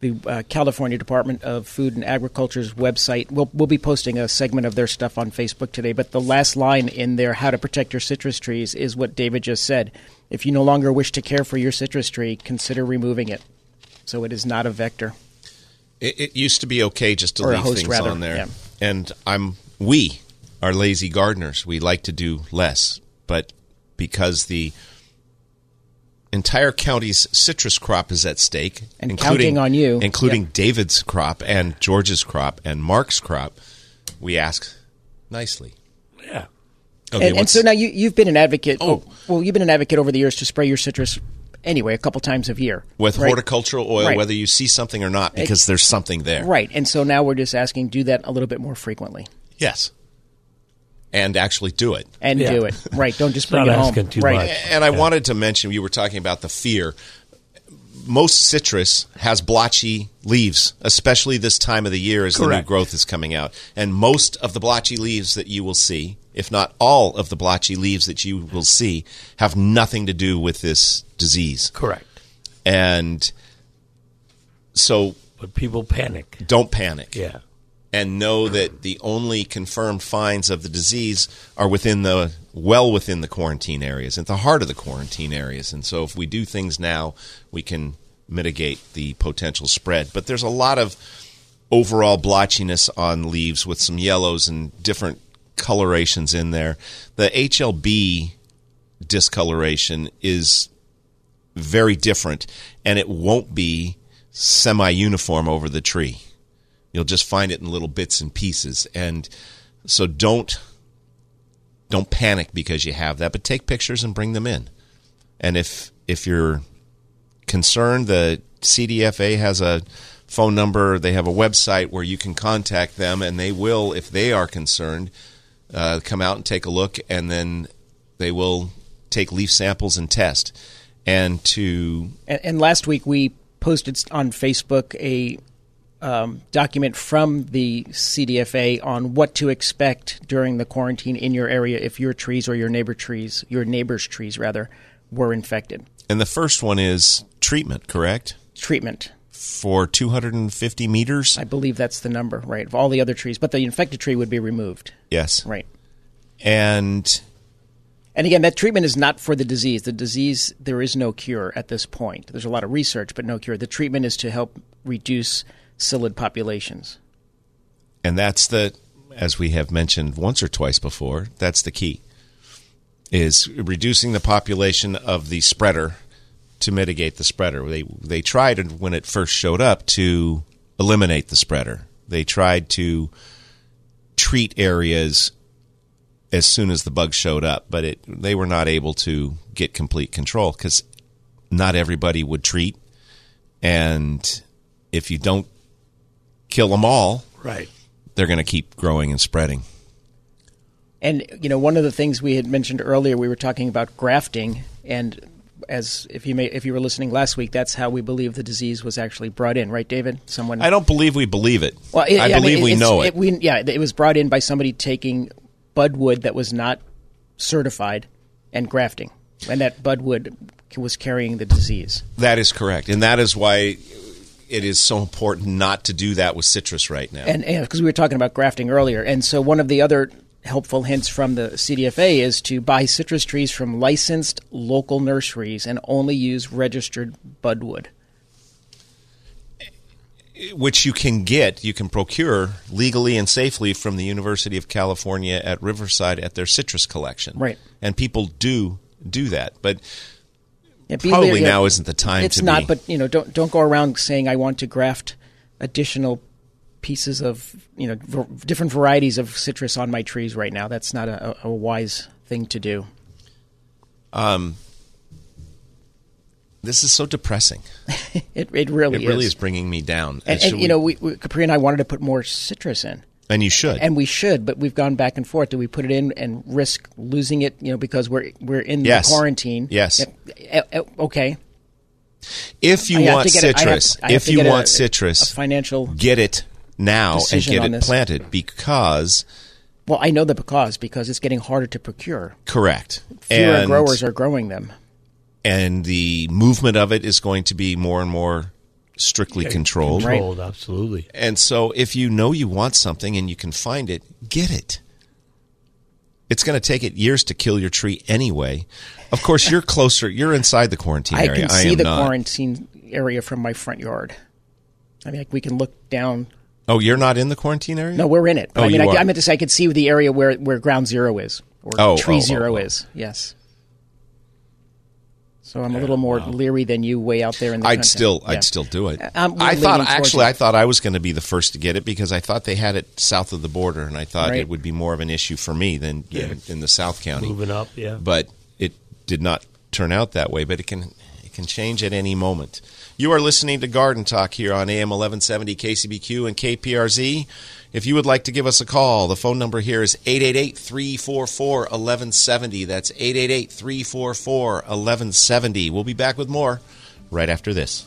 [SPEAKER 3] the uh, California Department of Food and Agriculture's website will will be posting a segment of their stuff on Facebook today. But the last line in there, "How to protect your citrus trees," is what David just said. If you no longer wish to care for your citrus tree, consider removing it, so it is not a vector.
[SPEAKER 2] It, it used to be okay just to
[SPEAKER 3] Or a
[SPEAKER 2] leave
[SPEAKER 3] host,
[SPEAKER 2] things
[SPEAKER 3] rather,
[SPEAKER 2] on there,
[SPEAKER 3] yeah.
[SPEAKER 2] and I'm we are lazy gardeners. We like to do less, but because the entire county's citrus crop is at stake,
[SPEAKER 3] And
[SPEAKER 2] including
[SPEAKER 3] counting on you.
[SPEAKER 2] including David's crop and George's crop and Mark's crop, we ask nicely.
[SPEAKER 4] Yeah.
[SPEAKER 2] Okay,
[SPEAKER 3] And, and
[SPEAKER 2] what's-
[SPEAKER 3] so now you, you've been an advocate.
[SPEAKER 2] Oh.
[SPEAKER 3] well, you've been an advocate over the years to spray your citrus anyway a couple times a year
[SPEAKER 2] with
[SPEAKER 3] right?
[SPEAKER 2] horticultural oil,
[SPEAKER 3] Right.
[SPEAKER 2] whether you see something or not, because there's something there.
[SPEAKER 3] Right, and so now we're just asking do that a little bit more frequently
[SPEAKER 2] Yes. And actually do it.
[SPEAKER 3] and
[SPEAKER 4] Yeah.
[SPEAKER 3] do it. Right, don't just bring
[SPEAKER 4] Not
[SPEAKER 3] it home.
[SPEAKER 4] asking too
[SPEAKER 3] right,
[SPEAKER 4] much.
[SPEAKER 2] And I wanted to mention you were talking about the fear. Most citrus has blotchy leaves, especially this time of the year as the new
[SPEAKER 4] Correct.
[SPEAKER 2] growth is coming out. And most of the blotchy leaves that you will see, if not all of the blotchy leaves that you will see, have nothing to do with this disease.
[SPEAKER 4] Correct.
[SPEAKER 2] And so
[SPEAKER 4] But people panic.
[SPEAKER 2] don't panic.
[SPEAKER 4] Yeah.
[SPEAKER 2] and know that the only confirmed finds of the disease are within the well within the quarantine areas at the heart of the quarantine areas and so if we do things now we can mitigate the potential spread but there's a lot of overall blotchiness on leaves with some yellows and different colorations in there the HLB discoloration is very different and it won't be semi uniform over the tree you'll just find it in little bits and pieces and so don't don't panic because you have that but take pictures and bring them in and if if you're concerned the CDFA has a phone number they have a website where you can contact them and they will if they are concerned uh, come out and take a look and then they will take leaf samples and test and to
[SPEAKER 3] and, and last week we posted s- on Facebook a um, document from the CDFA on what to expect during the quarantine in your area if your trees or your neighbor trees, your neighbor's trees rather, were infected.
[SPEAKER 2] and the first one is treatment correct
[SPEAKER 3] Treatment.
[SPEAKER 2] for 250 meters
[SPEAKER 3] I believe that's the number, right? Of all the other trees, but the infected tree would be removed,
[SPEAKER 2] Yes.
[SPEAKER 3] right?
[SPEAKER 2] And
[SPEAKER 3] And again, that treatment is not for the disease. The disease, there is no cure at this point. There's a lot of research, but no cure. The treatment is to help reduce psyllid populations.
[SPEAKER 2] and that's the as we have mentioned once or twice before, that's the key. Is reducing the population of the spreader to mitigate the spreader. They they tried and when it first showed up to eliminate the spreader. They tried to treat areas as soon as the bug showed up, but it they were not able to get complete control because not everybody would treat, and if you don't kill them all,
[SPEAKER 5] Right.
[SPEAKER 2] they're going to keep growing and spreading.
[SPEAKER 3] And you know, one of the things we had mentioned earlier, we were talking about grafting, and as if you may, if you were listening last week, that's how we believe the disease was actually brought in, right, David? Someone.
[SPEAKER 2] I don't believe we believe it.
[SPEAKER 3] Well, it-
[SPEAKER 2] I
[SPEAKER 3] mean,
[SPEAKER 2] believe we
[SPEAKER 3] it's-
[SPEAKER 2] know it.
[SPEAKER 3] we- yeah, it was brought in by somebody taking budwood that was not certified and grafting, and that budwood was carrying the disease.
[SPEAKER 2] That is correct, and that is why it is so important not to do that with citrus right now.
[SPEAKER 3] and because we were talking about grafting earlier, and so one of the other helpful hints from the CDFA is to buy citrus trees from licensed local nurseries and only use registered budwood.
[SPEAKER 2] which you can get, you can procure legally and safely from the University of California at Riverside at their citrus collection.
[SPEAKER 3] Right.
[SPEAKER 2] And people do do that, but
[SPEAKER 3] Yeah, be
[SPEAKER 2] Probably
[SPEAKER 3] leery of-
[SPEAKER 2] now isn't the time
[SPEAKER 3] It's
[SPEAKER 2] to
[SPEAKER 3] not,
[SPEAKER 2] be.
[SPEAKER 3] but you know, don't don't go around saying I want to graft additional pieces of you know ver- different varieties of citrus on my trees right now. That's not a, a a wise thing to do.
[SPEAKER 2] this is so depressing.
[SPEAKER 3] It it really
[SPEAKER 2] It really
[SPEAKER 3] is.
[SPEAKER 2] is bringing me down.
[SPEAKER 3] and,
[SPEAKER 2] should
[SPEAKER 3] and
[SPEAKER 2] we-
[SPEAKER 3] you know, we, we, Capri and I wanted to put more citrus in.
[SPEAKER 2] and you should.
[SPEAKER 3] and we should, but we've gone back and forth. Do we put it in and risk losing it? You know, because we're we're in
[SPEAKER 2] Yes.
[SPEAKER 3] the quarantine.
[SPEAKER 2] Yes.
[SPEAKER 3] Yep. Eh, eh, Okay.
[SPEAKER 2] if you
[SPEAKER 3] I have
[SPEAKER 2] want
[SPEAKER 3] to get a- I have-
[SPEAKER 2] citrus,
[SPEAKER 3] I have
[SPEAKER 2] if
[SPEAKER 3] to
[SPEAKER 2] you
[SPEAKER 3] get a-
[SPEAKER 2] want
[SPEAKER 3] a
[SPEAKER 2] citrus,
[SPEAKER 3] financial.
[SPEAKER 2] get it now and
[SPEAKER 3] decision
[SPEAKER 2] get
[SPEAKER 3] on
[SPEAKER 2] it
[SPEAKER 3] this.
[SPEAKER 2] planted because
[SPEAKER 3] Well, I know the because because it's getting harder to procure.
[SPEAKER 2] correct.
[SPEAKER 3] Fewer
[SPEAKER 2] and
[SPEAKER 3] growers are growing them.
[SPEAKER 2] and the movement of it is going to be more and more strictly controlled.
[SPEAKER 4] Controlled, absolutely.
[SPEAKER 2] And so if you know you want something and you can find it, get it. It's going to take it years to kill your tree anyway. Of course, you're closer. You're inside the quarantine
[SPEAKER 3] I
[SPEAKER 2] area.
[SPEAKER 3] can see
[SPEAKER 2] am
[SPEAKER 3] the
[SPEAKER 2] not.
[SPEAKER 3] quarantine area from my front yard. I mean, like we can look down.
[SPEAKER 2] Oh, you're not in the quarantine area?
[SPEAKER 3] No, we're in it. But
[SPEAKER 2] Oh,
[SPEAKER 3] I mean,
[SPEAKER 2] you
[SPEAKER 3] I,
[SPEAKER 2] are.
[SPEAKER 3] I meant to say I could see the area where, where ground zero is or
[SPEAKER 2] Oh,
[SPEAKER 3] tree
[SPEAKER 2] oh, oh,
[SPEAKER 3] zero
[SPEAKER 2] oh.
[SPEAKER 3] is. Yes. So I'm a little more leery than you way out there in the.
[SPEAKER 2] I'd
[SPEAKER 3] content.
[SPEAKER 2] still,
[SPEAKER 3] Yeah. Uh,
[SPEAKER 2] I'd still do it.
[SPEAKER 3] I'm- we're
[SPEAKER 2] I thought
[SPEAKER 3] leaning towards
[SPEAKER 2] actually,
[SPEAKER 3] it.
[SPEAKER 2] I thought I was going to be the first to get it because I thought they had it south of the border, and I thought
[SPEAKER 3] Right.
[SPEAKER 2] it would be more of an issue for me than in, in the South County.
[SPEAKER 4] Moving up, yeah.
[SPEAKER 2] but it did not turn out that way. But it can it can change at any moment. You are listening to Garden Talk here on AM 1170 KCBQ and KPRZ. If you would like to give us a call, the phone number here is 888-344-1170. That's 888-344-1170. We'll be back with more right after this.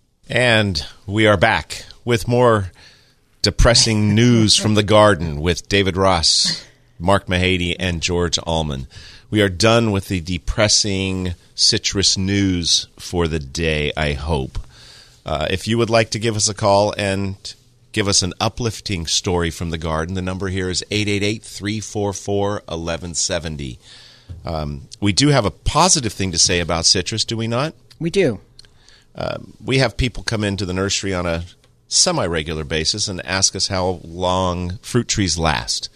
[SPEAKER 2] And we are back with more depressing news from the garden with David Ross, Mark Mahady, and George Allman. We are done with the depressing citrus news for the day, I hope. Uh, if you would like to give us a call and give us an uplifting story from the garden, the number here is 888 344 1170. We do have a positive thing to say about citrus, do we not?
[SPEAKER 3] We do.
[SPEAKER 2] we have people come into the nursery on a semi-regular basis and ask us how long fruit trees last.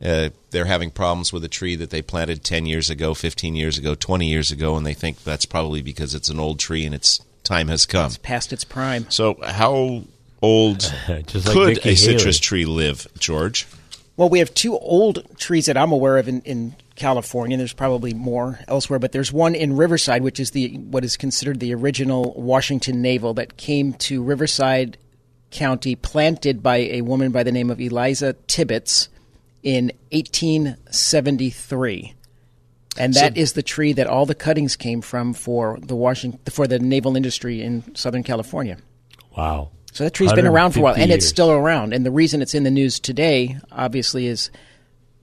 [SPEAKER 2] Uh, they're having problems with a tree that they planted 10 years ago, 15 years ago, 20 years ago, and they think that's probably because it's an old tree and its time has come.
[SPEAKER 3] Past its prime.
[SPEAKER 2] So, how old
[SPEAKER 4] Just like
[SPEAKER 2] could
[SPEAKER 4] Nikki
[SPEAKER 2] a citrus
[SPEAKER 4] Haley.
[SPEAKER 2] tree live, George?
[SPEAKER 3] Well, we have two old trees that I'm aware of in, in California. There's probably more elsewhere, but there's one in Riverside, which is the what is considered the original Washington navel that came to Riverside County, planted by a woman by the name of Eliza Tibbetts in 1873. And that is the tree that all the cuttings came from for the Washington for the naval industry in Southern California.
[SPEAKER 4] Wow.
[SPEAKER 3] So that tree's been around for a while, and
[SPEAKER 4] 150
[SPEAKER 3] it's
[SPEAKER 4] years.
[SPEAKER 3] still around. And the reason it's in the news today, obviously, is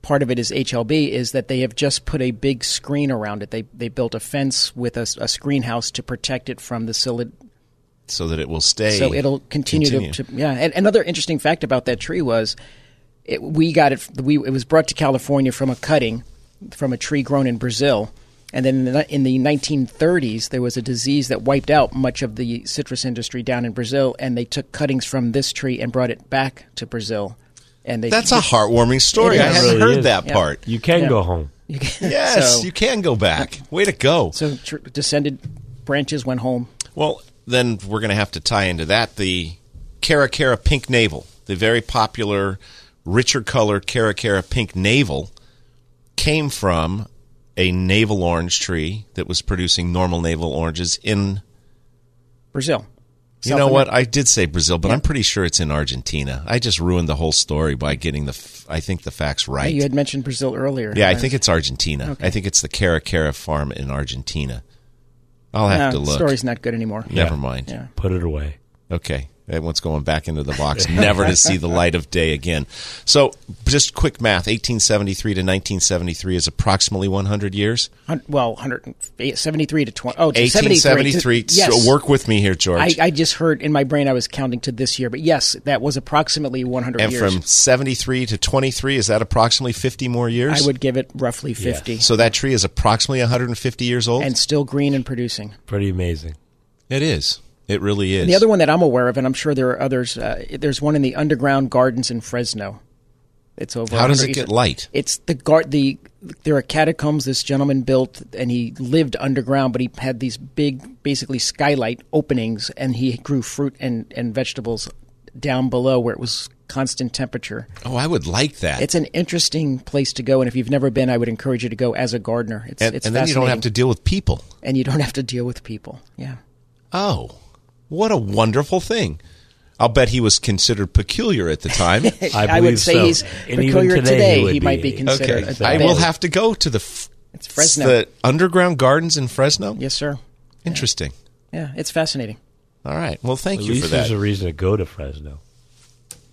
[SPEAKER 3] part of it is HLB is that they have just put a big screen around it. They they built a fence with a, s- a screen house to protect it from the solid.
[SPEAKER 2] so that it will stay.
[SPEAKER 3] So it'll continue, To, to yeah. And another interesting fact about that tree was, it, we got it. We it was brought to California from a cutting from a tree grown in Brazil. And then in the, in the 1930s, there was a disease that wiped out much of the citrus industry down in Brazil, and they took cuttings from this tree and brought it back to Brazil. And they
[SPEAKER 2] That's a heartwarming story.
[SPEAKER 3] It
[SPEAKER 2] I
[SPEAKER 3] is.
[SPEAKER 2] hadn't
[SPEAKER 4] Really
[SPEAKER 2] heard
[SPEAKER 4] is.
[SPEAKER 2] that
[SPEAKER 3] Yeah.
[SPEAKER 2] part.
[SPEAKER 4] You can
[SPEAKER 3] Yeah.
[SPEAKER 4] go home.
[SPEAKER 2] Yes,
[SPEAKER 3] So-
[SPEAKER 2] you can go back. Way to go.
[SPEAKER 3] So tr- descended branches went home.
[SPEAKER 2] Well, then we're going to have to tie into that the Cara Cara Pink Navel, the very popular, richer color Cara Cara Pink Navel, came from a navel orange tree that was producing normal navel oranges in.
[SPEAKER 3] Brazil.
[SPEAKER 2] You know what? I did say Brazil, but I'm pretty sure it's in Argentina. I just ruined the whole story by getting the, f- I think the facts right.
[SPEAKER 3] You had mentioned Brazil earlier.
[SPEAKER 2] Yeah, I think it's Argentina. I think it's the Cara Cara farm in Argentina. I'll have to
[SPEAKER 3] the
[SPEAKER 2] look.
[SPEAKER 3] Uh, story's not good anymore.
[SPEAKER 2] Never
[SPEAKER 4] Yeah.
[SPEAKER 2] mind.
[SPEAKER 3] Yeah.
[SPEAKER 4] Put it away.
[SPEAKER 2] Okay. That one's going back into the box, never to see the light of day again. So, just quick math 1873 to 1973 is approximately 100 years.
[SPEAKER 3] Hun- Well, 173 to 20. Oh, to
[SPEAKER 2] 1873.
[SPEAKER 3] 73. To, yes.
[SPEAKER 2] So work with me here, George.
[SPEAKER 3] I, I just heard in my brain I was counting to this year, but yes, that was approximately 100
[SPEAKER 2] and
[SPEAKER 3] years.
[SPEAKER 2] from 73 to 23, is that approximately 50 more years?
[SPEAKER 3] I would give it roughly 50
[SPEAKER 2] So, that tree is approximately 150 years old?
[SPEAKER 3] and still green and producing.
[SPEAKER 4] Pretty amazing.
[SPEAKER 2] it is. It really is.
[SPEAKER 3] The other one that I'm aware of, and I'm sure there are others, uh, there's one in the underground gardens in Fresno. It's over.
[SPEAKER 2] How does it
[SPEAKER 3] 100
[SPEAKER 2] get light?
[SPEAKER 3] It's the gar- the there are catacombs this gentleman built, and he lived underground, but he had these big, basically skylight openings, and he grew fruit and and vegetables down below where it was constant temperature.
[SPEAKER 2] Oh, I would like that.
[SPEAKER 3] It's an interesting place to go, and if you've never been, I would encourage you to go as a gardener. It's
[SPEAKER 2] and,
[SPEAKER 3] it's
[SPEAKER 2] and then you don't have to
[SPEAKER 3] fascinating.
[SPEAKER 2] deal with people.
[SPEAKER 3] and you don't have to deal with people. Yeah.
[SPEAKER 2] Oh, what a wonderful thing! I'll bet he was considered peculiar at the time. okay,
[SPEAKER 4] I,
[SPEAKER 3] I would
[SPEAKER 4] believe
[SPEAKER 3] say
[SPEAKER 4] so.
[SPEAKER 3] he's
[SPEAKER 4] And even
[SPEAKER 3] peculiar
[SPEAKER 4] today.
[SPEAKER 3] today,
[SPEAKER 4] he, would
[SPEAKER 3] he might be considered a
[SPEAKER 2] I
[SPEAKER 3] bit.
[SPEAKER 2] will have to go to the f-
[SPEAKER 3] It's Fresno.
[SPEAKER 2] the underground gardens in Fresno.
[SPEAKER 3] Yes, sir.
[SPEAKER 2] Interesting.
[SPEAKER 3] Yeah, it's fascinating.
[SPEAKER 2] All right. Well, thank
[SPEAKER 4] At
[SPEAKER 2] you for
[SPEAKER 4] least
[SPEAKER 2] that.
[SPEAKER 4] there's a reason to go to Fresno.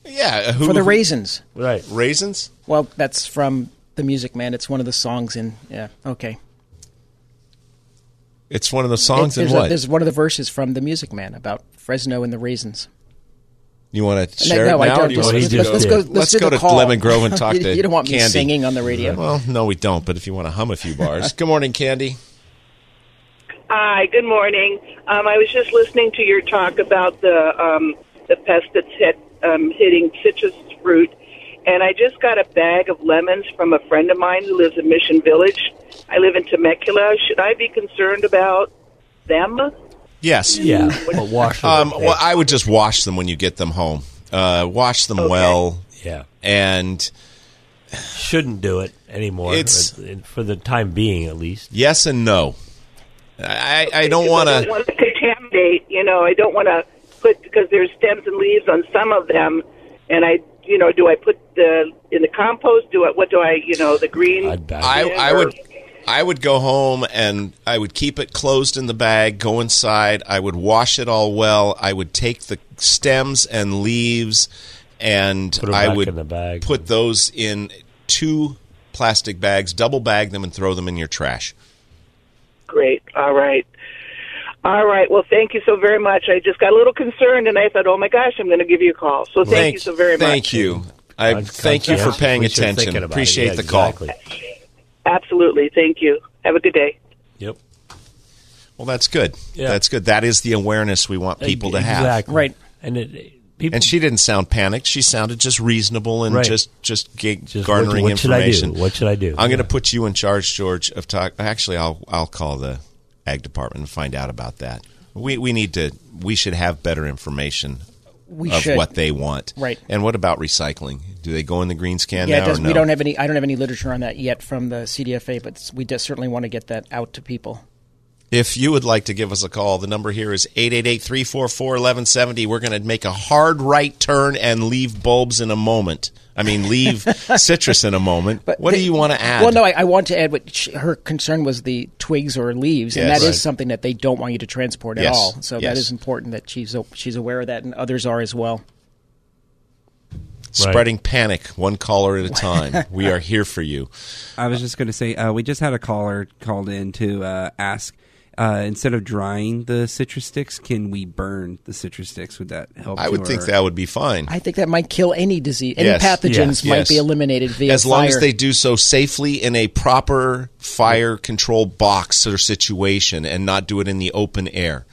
[SPEAKER 2] yeah, who,
[SPEAKER 3] For the
[SPEAKER 2] who-
[SPEAKER 3] raisins.
[SPEAKER 4] Right.
[SPEAKER 2] raisins.
[SPEAKER 3] Well, that's from The Music Man. It's one of the songs in. Yeah, okay.
[SPEAKER 2] It's one of the
[SPEAKER 3] It's,
[SPEAKER 2] songs in
[SPEAKER 3] there's, a,
[SPEAKER 2] what
[SPEAKER 3] there's one of the verses from The Music Man about Fresno and the raisins.
[SPEAKER 2] you want to
[SPEAKER 3] No,
[SPEAKER 2] share
[SPEAKER 3] no,
[SPEAKER 2] it
[SPEAKER 3] I
[SPEAKER 2] now?
[SPEAKER 3] don't.
[SPEAKER 2] or do you
[SPEAKER 3] Just-
[SPEAKER 2] want
[SPEAKER 4] Well, he
[SPEAKER 3] let's,
[SPEAKER 4] just
[SPEAKER 3] let's
[SPEAKER 4] did.
[SPEAKER 3] go.
[SPEAKER 2] Let's
[SPEAKER 3] do
[SPEAKER 2] go
[SPEAKER 3] the
[SPEAKER 2] to
[SPEAKER 3] call.
[SPEAKER 2] Lemon Grove and talk
[SPEAKER 3] you,
[SPEAKER 2] to
[SPEAKER 3] You don't want me
[SPEAKER 2] Candy.
[SPEAKER 3] singing on the radio.
[SPEAKER 2] Well, no, we don't. But if you want to hum a few bars, good morning, Candy.
[SPEAKER 5] Hi, good morning. Um, I was just listening to your talk about the um, the pest that's hit um, hitting citrus fruit, and I just got a bag of lemons from a friend of mine who lives in Mission Village. I live in Temecula. Should I be concerned about them?
[SPEAKER 2] Yes.
[SPEAKER 4] Yeah. But wash
[SPEAKER 2] Um,
[SPEAKER 4] it.
[SPEAKER 2] well, I would just wash them when you get them home. Uh, wash them well,
[SPEAKER 4] yeah.
[SPEAKER 2] and
[SPEAKER 4] Shouldn't do it anymore.
[SPEAKER 2] It's-
[SPEAKER 4] uh, for the time being, at least.
[SPEAKER 2] yes and no. I, I don't
[SPEAKER 5] Because
[SPEAKER 2] want
[SPEAKER 5] I don't
[SPEAKER 2] to.
[SPEAKER 5] want to contaminate. You know, I don't want to put because there's stems and leaves on some of them, and I, you know, do I put the in the compost? Do I what do I, you know, the green?
[SPEAKER 4] I'd back
[SPEAKER 2] I,
[SPEAKER 5] in
[SPEAKER 2] I
[SPEAKER 5] or-
[SPEAKER 2] would. I would go home and I would keep it closed in the bag. Go inside. I would wash it all well. I would take the stems and leaves, and
[SPEAKER 4] Put 'em
[SPEAKER 2] I
[SPEAKER 4] back
[SPEAKER 2] would
[SPEAKER 4] in the bag.
[SPEAKER 2] put those in two plastic bags, double bag them, and throw them in your trash.
[SPEAKER 5] Great. All right. All right. Well, thank you so very much. I just got a little concerned, and I thought, oh my gosh, I'm going to give you a call. So thank, you so very
[SPEAKER 2] Thank
[SPEAKER 5] much.
[SPEAKER 2] you. I
[SPEAKER 4] Con-
[SPEAKER 2] thank you for
[SPEAKER 4] conscientious.
[SPEAKER 2] paying
[SPEAKER 4] We should
[SPEAKER 2] attention.
[SPEAKER 4] thinking about it.
[SPEAKER 2] Appreciate
[SPEAKER 4] Yeah,
[SPEAKER 2] the call.
[SPEAKER 4] exactly.
[SPEAKER 5] Absolutely. Thank you. Have a good day.
[SPEAKER 4] Yep.
[SPEAKER 2] Well, that's good.
[SPEAKER 4] Yeah.
[SPEAKER 2] That's good. That is the awareness we want people to have.
[SPEAKER 4] Exactly.
[SPEAKER 3] Right.
[SPEAKER 4] And it, people
[SPEAKER 2] And she didn't sound panicked. She sounded just reasonable and
[SPEAKER 4] Right.
[SPEAKER 2] just just, ga-
[SPEAKER 4] Just
[SPEAKER 2] garnering
[SPEAKER 4] what- what should I do?
[SPEAKER 2] information.
[SPEAKER 4] What should I do?
[SPEAKER 2] I'm going to
[SPEAKER 4] Yeah.
[SPEAKER 2] put you in charge, George. Of talk. Actually, I'll I'll call the ag department and find out about that. We we need to. We should have better information
[SPEAKER 3] We
[SPEAKER 2] of
[SPEAKER 3] should.
[SPEAKER 2] what they want.
[SPEAKER 3] Right.
[SPEAKER 2] And what about recycling? Do they go in the greens can
[SPEAKER 3] yeah,
[SPEAKER 2] now
[SPEAKER 3] it does,
[SPEAKER 2] or no?
[SPEAKER 3] we don't have any. I don't have any literature on that yet from the CDFA, but s- we de- certainly want to get that out to people.
[SPEAKER 2] If you would like to give us a call, the number here is 888-344-1170. We're going to make a hard right turn and leave bulbs in a moment. I mean, leave citrus in a moment. what do
[SPEAKER 3] the-
[SPEAKER 2] you want to add?
[SPEAKER 3] Well, no, I, I want to add what sh her concern was the twigs or leaves, and
[SPEAKER 2] Yes.
[SPEAKER 3] that is
[SPEAKER 2] Right.
[SPEAKER 3] something that they don't want you to transport at
[SPEAKER 2] Yes.
[SPEAKER 3] all. So
[SPEAKER 2] Yes.
[SPEAKER 3] that is important that she's a- she's aware of that, and others are as well.
[SPEAKER 2] Spreading panic, one caller at a time. we are here for you.
[SPEAKER 6] I was just going to say, uh, we just had a caller called in to uh, ask uh, instead of drying the citrus sticks, can we burn the citrus sticks? Would that help?
[SPEAKER 2] I would
[SPEAKER 6] cure-
[SPEAKER 2] think that would be fine.
[SPEAKER 3] I think that might kill any disease. Any
[SPEAKER 2] Yes.
[SPEAKER 3] pathogens
[SPEAKER 2] Yeah.
[SPEAKER 3] might
[SPEAKER 2] Yes.
[SPEAKER 3] be eliminated via
[SPEAKER 2] as long as
[SPEAKER 3] fire.
[SPEAKER 2] they do so safely in a proper fire control box or situation and not do it in the open air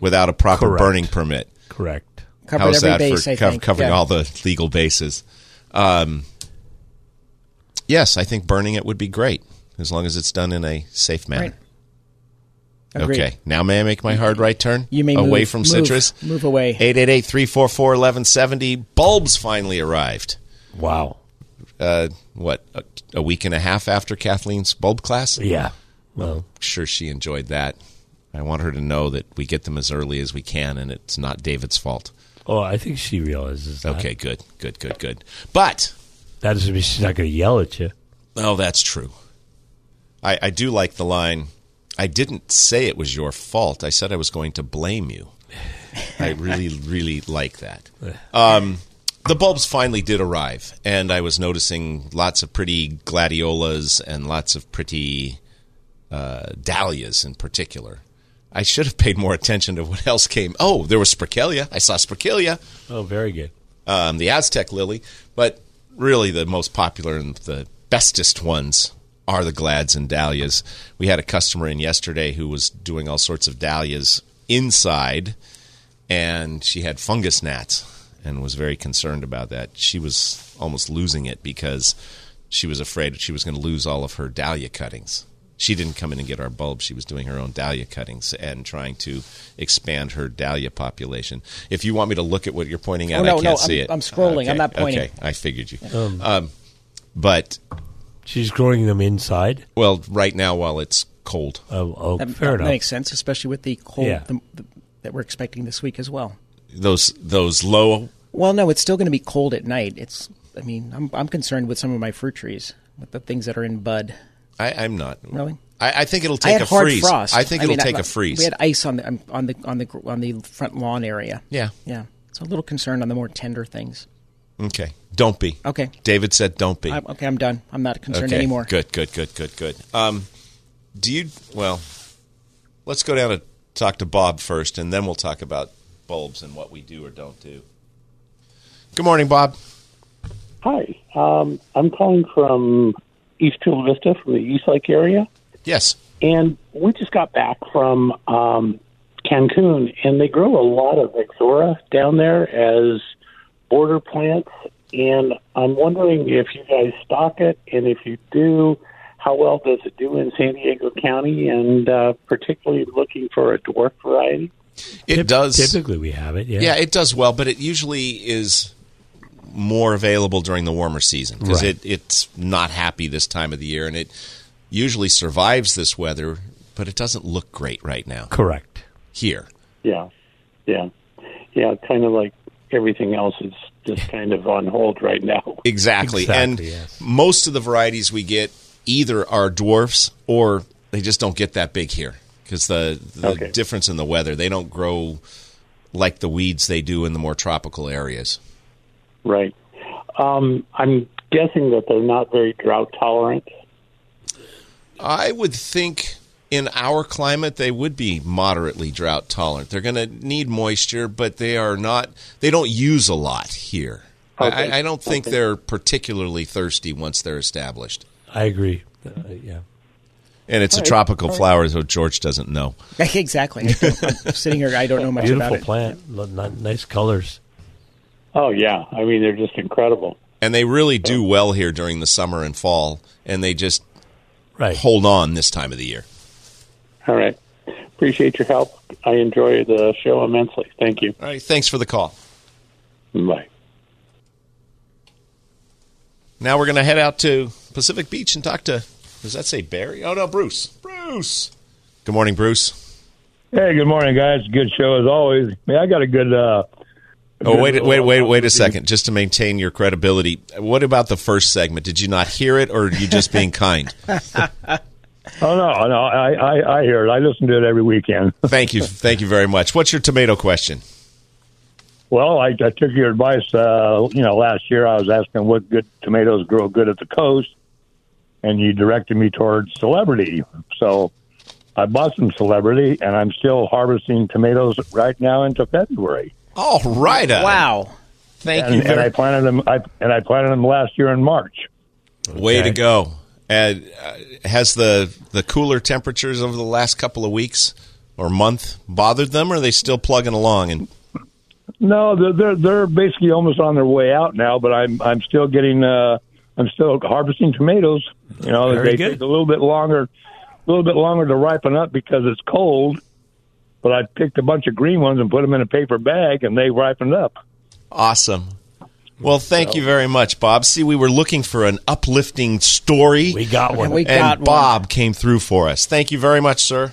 [SPEAKER 2] without a proper
[SPEAKER 4] Correct.
[SPEAKER 2] burning permit.
[SPEAKER 4] Correct.
[SPEAKER 3] covered
[SPEAKER 2] How's
[SPEAKER 3] every
[SPEAKER 2] that
[SPEAKER 3] base.
[SPEAKER 2] for
[SPEAKER 3] I
[SPEAKER 2] cov-
[SPEAKER 3] think.
[SPEAKER 2] covering
[SPEAKER 3] Yeah.
[SPEAKER 2] all the legal bases? Um, yes, I think burning it would be great as long as it's done in a safe manner.
[SPEAKER 3] Right. Agreed.
[SPEAKER 2] Okay, now may I make my hard right turn?
[SPEAKER 3] You may
[SPEAKER 2] away
[SPEAKER 3] move-
[SPEAKER 2] from
[SPEAKER 3] move-
[SPEAKER 2] citrus.
[SPEAKER 3] move away.
[SPEAKER 2] 888-344-1170. Bulbs finally arrived.
[SPEAKER 4] Wow.
[SPEAKER 2] Uh, what a, a week and a half after Kathleen's bulb class?
[SPEAKER 4] Yeah. Well,
[SPEAKER 2] sure she enjoyed that. I want her to know that we get them as early as we can, and it's not David's fault.
[SPEAKER 4] oh, I think she realizes that.
[SPEAKER 2] Okay, good, good, good, good. But
[SPEAKER 4] That doesn't mean she's not going to yell at you.
[SPEAKER 2] Oh, that's true. I, I do like the line. I didn't say it was your fault. I said I was going to blame you. I really, really like that. Um, the bulbs finally did arrive, and I was noticing lots of pretty gladiolas and lots of pretty uh, dahlias in particular. I should have paid more attention to what else came. Oh, there was Sprachelia. I saw Sprachelia
[SPEAKER 4] Oh, very good.
[SPEAKER 2] um, the Aztec lily, but really the most popular and the bestest ones are the glads and dahlias. We had a customer in yesterday who was doing all sorts of dahlias inside, and she had fungus gnats and was very concerned about that. She was almost losing it because she was afraid she was going to lose all of her dahlia cuttings. She didn't come in and get our bulbs. She was doing her own dahlia cuttings and trying to expand her dahlia population. If you want me to look at what you're pointing at,
[SPEAKER 3] Oh, no,
[SPEAKER 2] I can't
[SPEAKER 3] no,
[SPEAKER 2] see
[SPEAKER 3] I'm-
[SPEAKER 2] it.
[SPEAKER 3] I'm scrolling. I'm not pointing.
[SPEAKER 2] Okay, I figured you. Um, but
[SPEAKER 4] She's growing them inside.
[SPEAKER 2] well, right now while it's cold,
[SPEAKER 4] Oh, oh
[SPEAKER 3] That,
[SPEAKER 4] fair
[SPEAKER 3] that
[SPEAKER 4] enough.
[SPEAKER 3] makes sense, especially with the cold
[SPEAKER 4] Yeah.
[SPEAKER 3] the, the, that we're expecting this week as well.
[SPEAKER 2] those those low
[SPEAKER 3] Well, no, it's still going to be cold at night. It's. I mean, I'm I'm concerned with some of my fruit trees, with the things that are in bud.
[SPEAKER 2] I, I'm not
[SPEAKER 3] Really?
[SPEAKER 2] I, I think it'll
[SPEAKER 3] I
[SPEAKER 2] take
[SPEAKER 3] had
[SPEAKER 2] a
[SPEAKER 3] hard
[SPEAKER 2] freeze.
[SPEAKER 3] frost.
[SPEAKER 2] I think it'll
[SPEAKER 3] mean,
[SPEAKER 2] take
[SPEAKER 3] I-
[SPEAKER 2] a freeze.
[SPEAKER 3] We had ice on the on the on the gr- on the front lawn area.
[SPEAKER 2] yeah.
[SPEAKER 3] yeah. So a little concerned on the more tender things.
[SPEAKER 2] Okay. Don't be.
[SPEAKER 3] Okay.
[SPEAKER 2] David said, "Don't be."
[SPEAKER 3] I'm, okay, I'm done. I'm not concerned
[SPEAKER 2] okay.
[SPEAKER 3] anymore.
[SPEAKER 2] Good. Good. Good. Good. Good. Um, do you? Well, let's go down and talk to Bob first, and then we'll talk about bulbs and what we do or don't do. Good morning, Bob.
[SPEAKER 7] Hi, um, I'm calling from East Chula Vista, from the East Lake area,
[SPEAKER 2] Yes.
[SPEAKER 7] and we just got back from um, Cancun, and they grow a lot of Ixora down there as border plants, and I'm wondering if you guys stock it, and if you do, how well does it do in San Diego County, and uh, particularly looking for a dwarf variety?
[SPEAKER 2] It
[SPEAKER 4] Typ-
[SPEAKER 2] does.
[SPEAKER 4] Typically, we have it. Yeah.
[SPEAKER 2] Yeah, it does well, but it usually is more available during the warmer season because
[SPEAKER 4] Right.
[SPEAKER 2] it, it's not happy this time of the year, and it usually survives this weather, but it doesn't look great right now
[SPEAKER 4] Correct.
[SPEAKER 2] here.
[SPEAKER 7] Yeah, yeah, yeah. Kind of like everything else is just kind of on hold right now.
[SPEAKER 2] Exactly.
[SPEAKER 4] Exactly,
[SPEAKER 2] and
[SPEAKER 4] yes.
[SPEAKER 2] most of the varieties we get either are dwarfs or they just don't get that big here because the, the
[SPEAKER 7] Okay.
[SPEAKER 2] difference in the weather, they don't grow like the weeds they do in the more tropical areas.
[SPEAKER 7] Right. Um, I'm guessing that they're not very drought tolerant.
[SPEAKER 2] I would think in our climate they would be moderately drought tolerant. They're going to need moisture, but they are not. They don't use a lot here. I-
[SPEAKER 7] Okay.
[SPEAKER 2] I, I don't think
[SPEAKER 7] Okay.
[SPEAKER 2] they're particularly thirsty once they're established.
[SPEAKER 4] I agree. Uh, yeah.
[SPEAKER 2] And it's a tropical flower, so George doesn't know.
[SPEAKER 3] exactly. I don't- I'm sitting here. I don't know much
[SPEAKER 4] Beautiful
[SPEAKER 3] about it.
[SPEAKER 4] plant. Lo- ni- Nice colors.
[SPEAKER 7] Oh yeah, I mean they're just incredible.
[SPEAKER 2] And they really do well here during the summer and fall, and they just
[SPEAKER 4] Right.
[SPEAKER 2] hold on this time of the year.
[SPEAKER 7] All right, appreciate your help. I enjoy the show immensely. Thank you.
[SPEAKER 2] All right, thanks for the call.
[SPEAKER 7] Bye.
[SPEAKER 2] Now we're going to head out to Pacific Beach and talk to, does that say Barry? Oh, no, Bruce. Bruce! Good morning, Bruce.
[SPEAKER 8] Hey, good morning, guys. Good show as always. I mean, I got a good. Uh,
[SPEAKER 2] Oh, wait, wait, wait, wait a second. Just to maintain your credibility, what about the first segment? Did you not hear it, or are you just being kind?
[SPEAKER 8] oh no, no, I, I I hear it. I listen to it every weekend.
[SPEAKER 2] Thank you, thank you very much. What's your tomato question?
[SPEAKER 8] Well, I, I took your advice. Uh, you know, last year I was asking what good tomatoes grow good at the coast, and you directed me towards celebrity. So I bought some celebrity, and I'm still harvesting tomatoes right now into February.
[SPEAKER 2] All right, Adam.
[SPEAKER 3] Wow.
[SPEAKER 2] Thank
[SPEAKER 8] and,
[SPEAKER 2] you.
[SPEAKER 8] And I planted them. I, and I planted them last year in March.
[SPEAKER 2] Way to go! And uh, has the the cooler temperatures over the last couple of weeks or month bothered them, or are they still plugging along? And
[SPEAKER 8] No, they're they're, they're basically almost on their way out now. But I'm I'm still getting uh, I'm still harvesting tomatoes. You know,
[SPEAKER 4] Very
[SPEAKER 8] they
[SPEAKER 4] good.
[SPEAKER 8] take a little bit longer, a little bit longer to ripen up because it's cold. But I picked a bunch of green ones and put them in a paper bag, and they ripened up.
[SPEAKER 2] awesome. Well, thank you very much, Bob. See, we were looking for an uplifting story,
[SPEAKER 4] We got one.
[SPEAKER 3] We got
[SPEAKER 2] and
[SPEAKER 3] one.
[SPEAKER 2] Bob came through for us. Thank you very much, sir.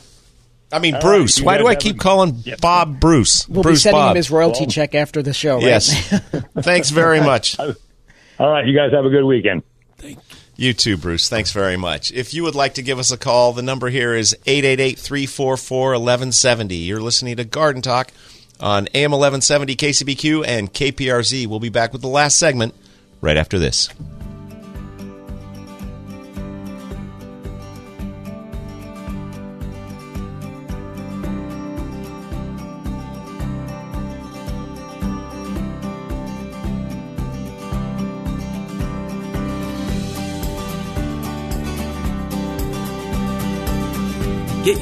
[SPEAKER 2] I mean, Bruce.
[SPEAKER 8] you
[SPEAKER 2] Why
[SPEAKER 8] guys
[SPEAKER 2] do I
[SPEAKER 8] have
[SPEAKER 2] keep
[SPEAKER 8] a-
[SPEAKER 2] calling Bob Bruce?
[SPEAKER 3] We'll
[SPEAKER 2] Bruce
[SPEAKER 3] be sending
[SPEAKER 2] Bob.
[SPEAKER 3] him his royalty check after the show, right?
[SPEAKER 2] Yes. Thanks very much.
[SPEAKER 8] All right, you guys have a good weekend.
[SPEAKER 2] You too, Bruce. Thanks very much. If you would like to give us a call, the number here is 888 344 1170. You're listening to Garden Talk on AM 1170, KCBQ, and KPRZ. We'll be back with the last segment right after this.
[SPEAKER 9] Get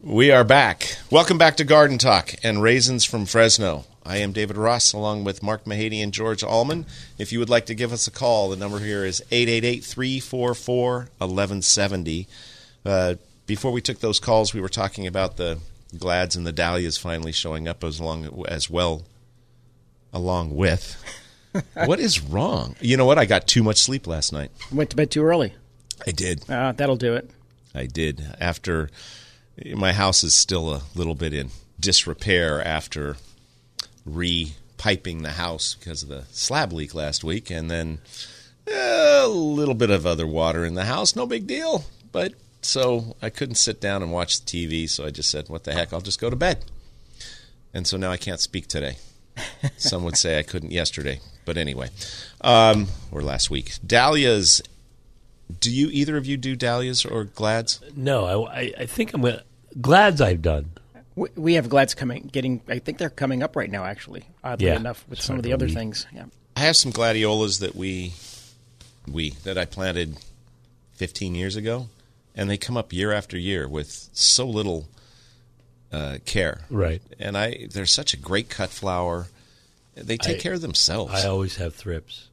[SPEAKER 2] we are back. Welcome back to Garden Talk and Raisins from Fresno. I am David Ross along with Mark Mahady and George Allman. If you would like to give us a call, the number here is 888 344 1170. Uh, Before we took those calls, we were talking about the Glads and the Dahlias finally showing up as, long, as well along with. what is wrong? You know what? I got too much sleep last night.
[SPEAKER 3] Went to bed too early.
[SPEAKER 2] I did.
[SPEAKER 3] Uh, that'll do it.
[SPEAKER 2] I did after my house is still a little bit in disrepair after re-piping the house because of the slab leak last week and then eh, a little bit of other water in the house no big deal but so I couldn't sit down and watch the TV so I just said what the heck I'll just go to bed and so now I can't speak today some would say I couldn't yesterday but anyway um, or last week dahlias do you either of you do dahlias or glads
[SPEAKER 4] No, I, I- I think I'm going to. Glad's I've done.
[SPEAKER 3] We, we have Glads coming, getting. I think they're coming up right now. Actually, oddly
[SPEAKER 4] Yeah.
[SPEAKER 3] enough, with
[SPEAKER 4] Sorry
[SPEAKER 3] some of the
[SPEAKER 4] to
[SPEAKER 3] other
[SPEAKER 4] leave.
[SPEAKER 3] things. Yeah.
[SPEAKER 2] I have some gladiolas that we we that I planted 15 years ago, and they come up year after year with so little uh, care.
[SPEAKER 4] Right.
[SPEAKER 2] And I they're such a great cut flower. They take
[SPEAKER 4] I-
[SPEAKER 2] care of themselves
[SPEAKER 4] I always have thrips.